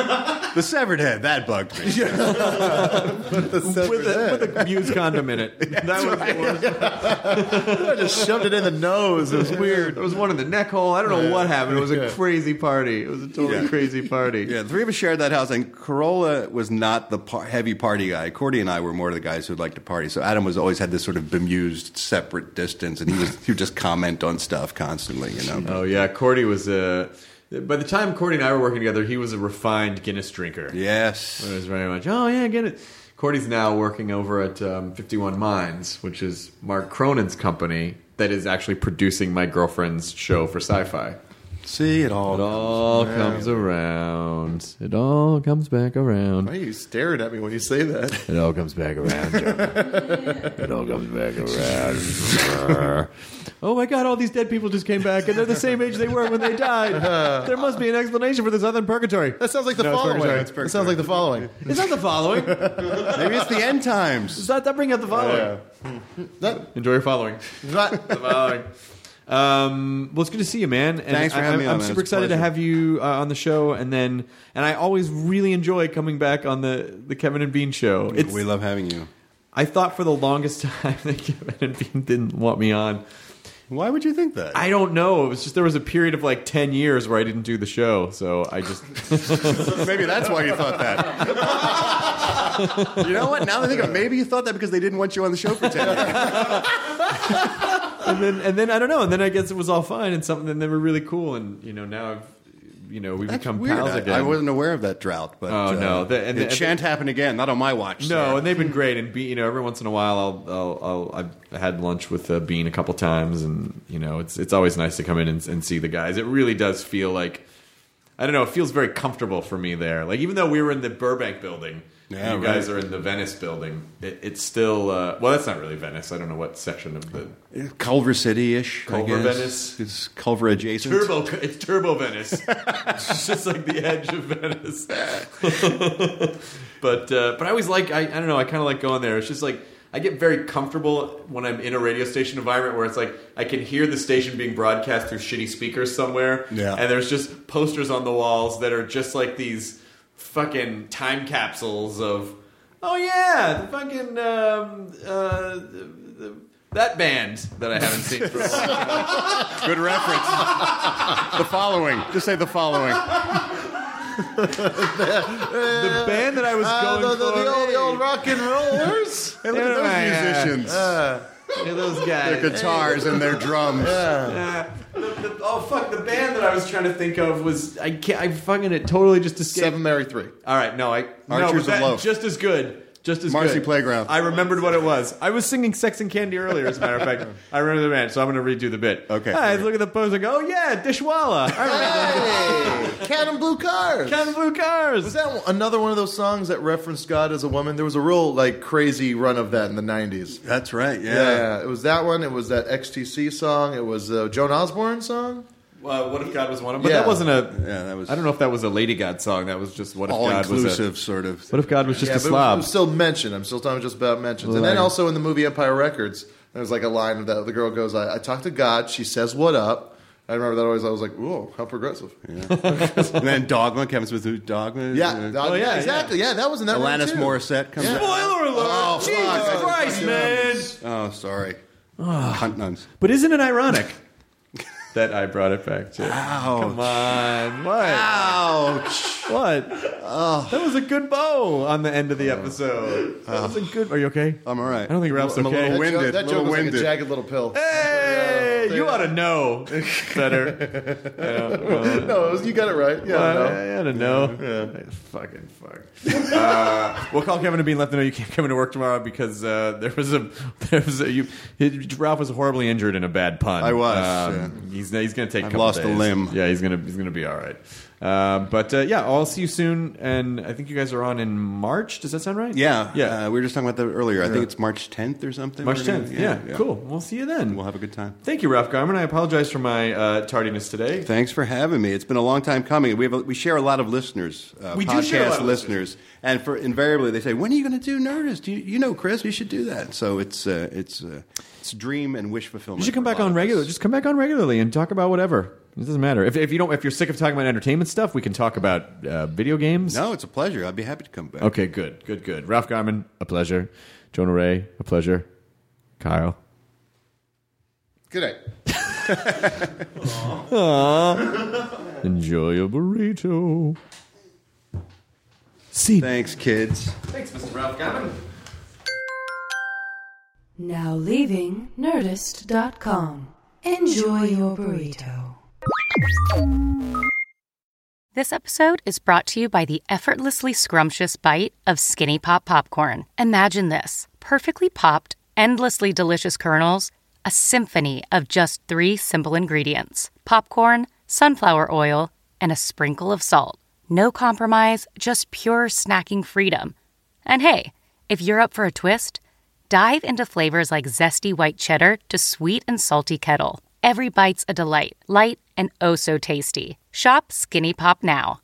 S7: The severed head that bugged me.
S6: with a, with a used condom in it. That was, the worst.
S8: I just shoved it in the nose. It was weird.
S6: There was one in the neck hole. I don't know what happened. It was a crazy party. It was a totally
S7: Yeah.
S6: crazy party.
S7: Yeah, the three of us shared that house, and Corolla was not the par- heavy party guy. Cordy and I were more the guys who liked to party. So Adam was always had this sort of bemused, separate distance, and he was he would just comment on stuff constantly. You know,
S6: Oh yeah, Cordy was Uh, by the time Cordy and I were working together, he was a refined Guinness drinker.
S7: Yes.
S6: It was very much, oh, yeah, I get it. Cordy's now working over at um, 51 Minds, which is Mark Cronin's company that is actually producing my girlfriend's show for sci fi.
S7: See it all.
S6: It all comes around. It all comes back around.
S8: Why are you staring at me when you say that?
S6: It all comes back around. John. it all comes back around. oh my God! All these dead people just came back, and they're the same age they were when they died. There must be an explanation for this other than purgatory.
S8: That sounds like the
S6: No, it's
S8: following.
S6: purgatory,
S8: That
S6: it's
S8: sounds like the following.
S6: It's not the following. Does
S7: Maybe it's the end times.
S6: that, that bring up the following?
S8: That-
S6: Enjoy your following.
S8: that-
S6: the following. Um, well, it's good to see you, man. And
S7: Thanks for
S6: I,
S7: having me
S6: I'm,
S7: on,
S6: I'm
S7: man.
S6: super
S7: It's a
S6: excited to
S7: pleasure.
S6: have you uh, on the show, and then and I always really enjoy coming back on the the Kevin and Bean show. It's,
S7: we love having you.
S6: I thought for the longest time that Kevin and Bean didn't want me on.
S7: Why would you think that?
S6: I don't know. It was just there was a period of like ten years where I didn't do the show, so I just
S7: maybe that's why you thought that. you know what? Now that I think of it, maybe you thought that because they didn't want you on the show for 10 years.
S6: and then and then I don't know. And then I guess it was all fine and something. And then we're really cool. And you know now I've you know we have become pals
S7: I,
S6: again.
S7: I wasn't aware of that drought, but
S6: Oh, no. The- and
S7: and
S6: the-
S7: it shan't happen again. Not on my watch.
S6: No,
S7: sir.
S6: and they've been great. And Bean, you know, every once in a while, I'll, I'll, I'll I've had lunch with uh, Bean a couple times, and you know, it's it's always nice to come in and, and see the guys. It really does feel like I don't know. It feels very comfortable for me there. Like even though we were in the Burbank building, and
S7: Yeah,
S6: you guys are in the Venice building. It, it's still uh, well, that's not really Venice. I don't know what section of the
S7: Culver City ish.
S6: Culver,
S7: I guess.
S6: Venice.
S7: It's Culver adjacent.
S6: Turbo. It's Turbo Venice. it's just like the edge of Venice. but uh, but I always like I, I don't know I kind of like going there. It's just like I get very comfortable when I'm in a radio station environment where it's like I can hear the station being broadcast through shitty speakers somewhere.
S7: Yeah.
S6: And there's just posters on the walls that are just like these fucking time capsules of oh yeah the fucking um, uh, the, the, that band that I haven't seen for a while.
S7: Good reference. the following. Just say the following.
S6: the band that I was
S8: uh,
S6: going
S8: the, the,
S6: for.
S8: the old, the old rock and rollers.
S7: Hey, look at
S6: Never mind.
S7: those musicians.
S6: Uh, Look at those guys.
S7: their guitars and their drums.
S6: The- the- oh fuck! The band that I was trying to think of was I can't. I fucking it totally just escaped.
S8: Seven Mary Three.
S6: All right, no, I no,
S7: Archers
S6: but
S7: of
S6: that-
S7: Loaf.
S6: just as good. Just as
S7: Marcy
S6: good.
S7: Playground.
S6: I remembered what it was. I was singing "Sex and Candy" earlier. As a matter of fact, I remember the band, so I'm going to redo the bit.
S7: Okay.
S6: I look at the poster and go, "Oh yeah, Dishwalla." I remember that.
S8: Hey, Cat and Blue Cars.
S6: Kind of blue cars.
S8: was that another one of those songs that referenced God as a woman? There was a real like crazy run of that in the '90s.
S7: That's right. Yeah.
S8: Yeah, it was that one. It was that XTC song. It was the Joan Osborne song.
S6: Well, what if God was one of them? But
S8: Yeah.
S6: that wasn't a.
S7: Yeah, that was-
S6: I don't know if that was a Lady God song. That was just what if
S7: All
S6: God was
S7: inclusive
S6: a.
S7: sort of.
S6: What if God was just
S8: yeah,
S6: a
S8: but it was-
S6: slob?
S8: It was still mentioned. I'm still talking just about mentions. and
S6: Like-
S8: then also in the movie Empire Records, there's like a line of that the girl goes, I, I talk to God, she says what up. I remember that always I was like, Whoa, how progressive. Yeah,
S7: and then Dogma, Kevin Smith, who Dogma.
S8: that-
S6: Oh, yeah,
S8: exactly. Yeah. that was in that one.
S7: Alanis
S8: too.
S7: Morissette comes
S8: Yeah.
S7: out.
S6: Spoiler alert!
S7: Oh,
S6: Jesus
S7: fuck.
S6: Christ, man!
S7: Oh, sorry.
S6: Ah.
S7: Cunt nuns.
S6: But isn't it ironic that I brought it back to? Ouch. Come on, what?
S7: Ouch.
S6: What? That was a good bow on the end of the episode. That was a good. Are you okay?
S7: Oh. I'm all right.
S6: I don't think Ralph's
S7: I'm a
S6: okay.
S7: little
S8: That joke-
S7: winded.
S8: That
S7: little
S8: joke was like
S7: winded.
S8: a jagged little pill.
S6: Eh, Hey,
S8: Yeah.
S6: you ought to know better.
S8: No, it was, you got it right. Yeah, no.
S6: Uh, I don't know. Fucking fuck. Uh, we'll call Kevin and Bean. Let them know you can't come into work tomorrow because uh, there was a there was a, you, his- Ralph was horribly injured in a bad pun. Um,
S7: I was,
S6: He's he's gonna take. a
S7: I've
S6: couple
S7: lost a
S6: days.
S7: limb.
S6: Yeah, he's gonna he's gonna be all right. Um, but uh, yeah, I'll see you soon. And I think you guys are on in March. Does that sound right?
S7: Yeah.
S6: yeah.
S7: Uh, we were just talking about that earlier. I think it's March 10th or something.
S6: March
S7: We're gonna-
S6: 10th. Yeah, cool. We'll see you then.
S7: We'll have a good time.
S6: Thank you, Ralph Garman. I apologize for my uh, tardiness today.
S7: Thanks for having me. It's been a long time coming. We have a, we share a lot of listeners, uh,
S6: We do
S7: podcast
S6: share a lot of
S7: listeners, and for invariably they say, "When are you going to do Nerdist? You, you know, Chris, you should do that." So it's uh, it's uh, it's dream and wish fulfillment.
S6: You should come
S7: for a
S6: back
S7: lot
S6: on
S7: of
S6: regular.
S7: us.
S6: Just come back on regularly and talk about whatever. It doesn't matter. If, if you don't, if you're sick of talking about entertainment stuff, we can talk about uh, video games.
S7: No, it's a pleasure. I'd be happy to come back.
S6: Okay. Good. Good. Good. Ralph Garman, a pleasure. Jonah Ray, a pleasure. Kyle.
S8: Good night.
S6: Enjoy your burrito. See.
S7: Thanks, kids.
S6: Thanks, Mr. Ralph Garman.
S5: Now leaving Nerdist.com. Enjoy your burrito.
S10: This episode is brought to you by the effortlessly scrumptious bite of Skinny Pop Popcorn. Imagine this perfectly popped, endlessly delicious kernels, a symphony of just three simple ingredients popcorn, sunflower oil, and a sprinkle of salt. No compromise, just pure snacking freedom. And hey, if you're up for a twist, dive into flavors like zesty white cheddar to sweet and salty kettle. Every bite's a delight, light and oh so tasty. Shop Skinny Pop now.